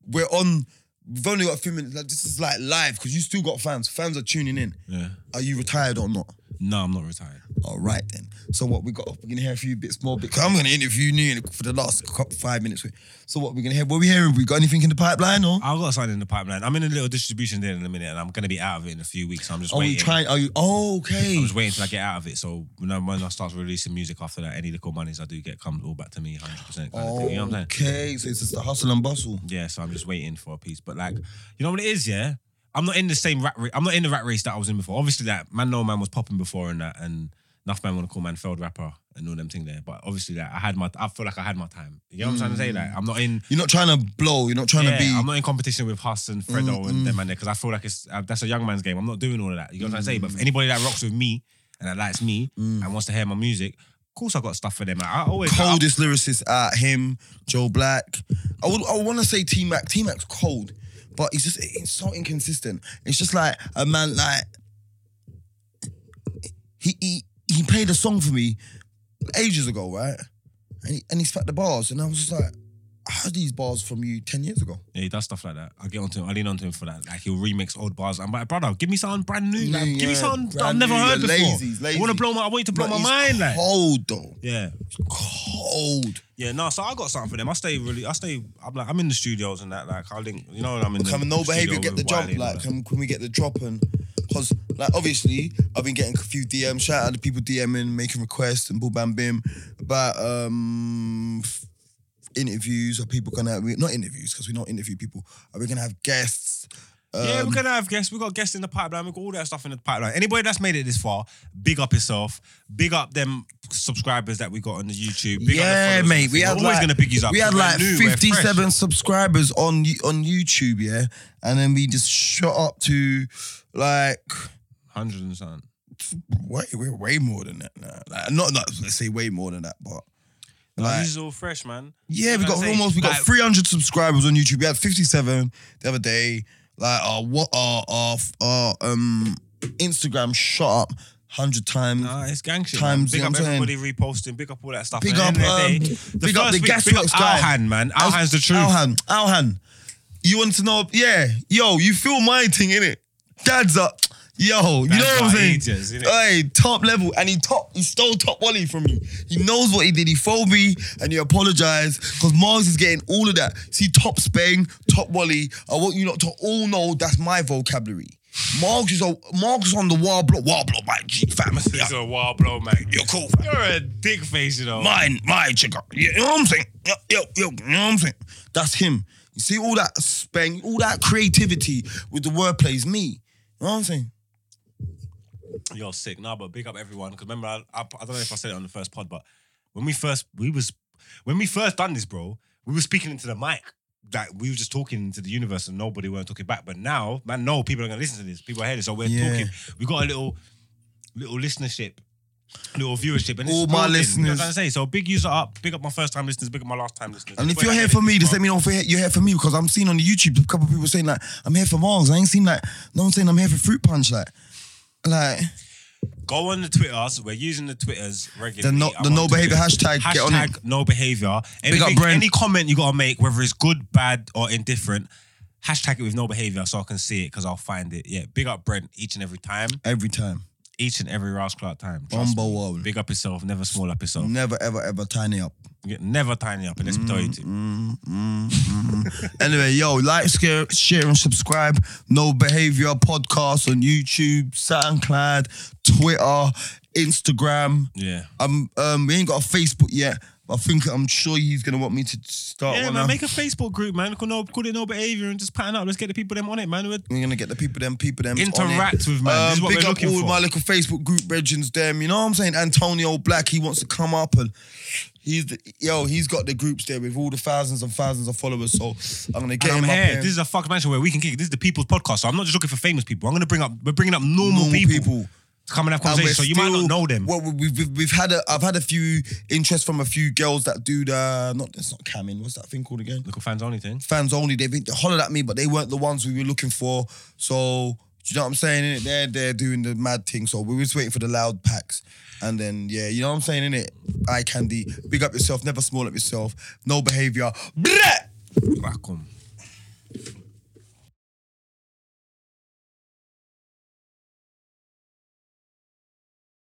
We're on. We've only got a few minutes. Like, this is like live because you still got fans. Fans are tuning in. Yeah. Are you retired or not? No, I'm not retired. All right then. So what we got? We're gonna hear a few bits more. Because I'm gonna interview Neil for the last couple, five minutes. So what we're gonna hear? What we hearing? We got anything in the pipeline or? I've got something in the pipeline. I'm in a little distribution deal in a minute, and I'm gonna be out of it in a few weeks. So I'm just Are we waiting. trying? Are you? Oh, I'm okay. just waiting till I get out of it. So when I, when I start releasing music after that, any little monies I do get comes all back to me, hundred percent. Kind of thing. You know what Oh. I'm saying? Okay. So it's just the hustle and bustle. Yeah. So I'm just waiting for a piece. But like, you know what it is? Yeah. I'm not in the same rat. Ra- I'm not in the rat race that I was in before. Obviously, that man, no man was popping before, and that, and enough man want to call man failed rapper and all them thing there. But obviously, that I had my. I feel like I had my time. You know what I'm trying to Mm. say? Like, I'm not in. You're not trying to blow. You're not trying Yeah, to be. Mm, I'm not in competition with Huss and Fredo and them and there because I feel like it's uh, that's a young man's game. I'm not doing all of that. You know what I'm Mm. saying? But for anybody that rocks with me and that likes me and wants to hear my music, of course I got stuff for them. Like, I always coldest lyricist at him, Joe Black. I would I want to say T Mac. T Mac's cold, but he's just it's so inconsistent. It's just like a man like he he he played a song for me ages ago, right? And he and he spat the bars, and I was just like, I heard these bars from you 10 years ago. Yeah, he does stuff like that. I get onto him. I lean onto him for that. Like he'll remix old bars. I'm like, brother, give me something brand new. Like, Mm, give me yeah, something that I've brand never new. heard Yeah, before. lazy, he's lazy. I want to blow my. I want you to blow But my he's mind. Like, Cold though. yeah, Cold. yeah. No, so I got something for them. I stay really. I stay. I'm like, I'm in the studios and that. Like, I link. You know, I'm in. the Can no studio behavior get with the job? Wiley and all Like, that. can, can we get the drop? And because, like, obviously, I've been getting a few DMs. Shout out to people DMing, making requests, and boom, bam, bim about um f- interviews. Are people gonna we, not interviews because we don't interview people? Are we gonna have guests? yeah, Um, we're gonna have guests. We got guests in the pipeline. We got all that stuff in the pipeline. Anybody that's made it this far, big up yourself. Big up them subscribers that we got on the YouTube. Big yeah, up the followers and mate. We everything. had We're always like, gonna big you up. We had We're like new, we're fresh. fifty-seven subscribers on on YouTube, yeah, and then we just shot up to like hundred and something. way, way, way more than that. Now. Like, not, not let's say way more than that, but No, like, this is all fresh, man. yeah, we Like I got say, almost we got like- 300 subscribers on YouTube. We had 57 the other day. Like our what our our, our um Instagram shot up hundred times. Nah, it's gang shit. Times, man. Big you know up what I'm everybody reposting, big up all that stuff. Big man. up, At the um, end of the day, big up first the week, guest big up works guy. Alhan, man. Alhan's the truth. Alhan, Alhan, you want to know? Yeah, yo, you feel my thing in it? Dad's up. Yo, you Dad's know what like I'm saying? ages, innit? Hey, top level, and he top, he stole top Wally from me. He knows what he did. He phoned me and he apologized because Mars is getting all of that. See, top Spain, top Wally. I want you not to all know that's my vocabulary. Margs is a Margs on the warbler, warbler, my G fam. It's a wild blow, man. You're cool. You're a dick face, you know. Mine, my chicken. You know what I'm saying? Yo, yo, yo, you know what I'm saying? That's him. You see all that spang, all that creativity with the wordplay is me. You know what I'm saying? You're sick. Nah, but big up everyone. Because remember, I, I, I don't know if I said it on the first pod, but when we first we was when we first done this, bro, we were speaking into the mic. Like we were just talking into the universe and nobody weren't talking back. But now, man, no, people are gonna listen to this. People are hearing this. So we're Yeah. talking. We got a little little listenership, little viewership. And it's All my building, You know listeners. what I'm trying to say? So big user up, big up my first time listeners, big up my last time listeners. And if Everybody you're that here get for this, me, just bro. let me know if you're here- you're here for me because I'm seeing on the YouTube a couple of people saying like I'm here for Mars. I ain't seen like no one saying I'm here for fruit punch. Like, like Go on the Twitters. We're using the Twitters regularly. The no- I'm the on no Twitter. behaviour hashtag, Hashtag get on it. no behavior. Anything, Brent. any comment you gotta make, whether it's good, bad, or indifferent, hashtag it with no behavior so I can see it because I'll find it. Yeah, big up Brent each and every time, every time, each and every Ross Clark time. Trust Bumble me. world. Big up yourself, never small up yourself. Never ever ever tiny up. You Never tiny up Mm-hmm. unless we tell you to. Anyway, yo, like, share, share, and subscribe. No Behavior podcast on YouTube, SoundCloud, Twitter, Instagram. Yeah. Um, um, we ain't got a Facebook yet. But I think I'm sure he's gonna want me to start Yeah, one. man, now. make a Facebook group, man. Call, no, call it no behavior and just pattern up. Let's get the people them on it, man. We're We're gonna get the people, them people, them. Um, Interact with man. This is what big we're up looking all for. my little Facebook group legends, them. You know what I'm saying? Antonio Black, he wants to come up and he's the, yo, he's got the groups there with all the thousands and thousands of followers. So I'm gonna get And him I'm up here. here. This is a fucked mansion where we can kick. This is the people's podcast. So I'm not just looking for famous people. I'm gonna bring up. We're bringing up normal, Normal people, people. to come and have And we're conversations. So you might not still- know them. Well, we've, we've, we've had a, I've had a few interest from a few girls that do the not it's not camming. What's that thing called again? Look at fans only thing. Fans only. They've been, they hollered at me, but they weren't the ones we were looking for. So do you know what I'm saying? Innit? They're they're doing the mad thing. So we were just waiting for the loud packs, and then yeah, you know what I'm saying? In it, eye candy. Big up yourself. Never small up yourself. No behavior. Blah! Back on.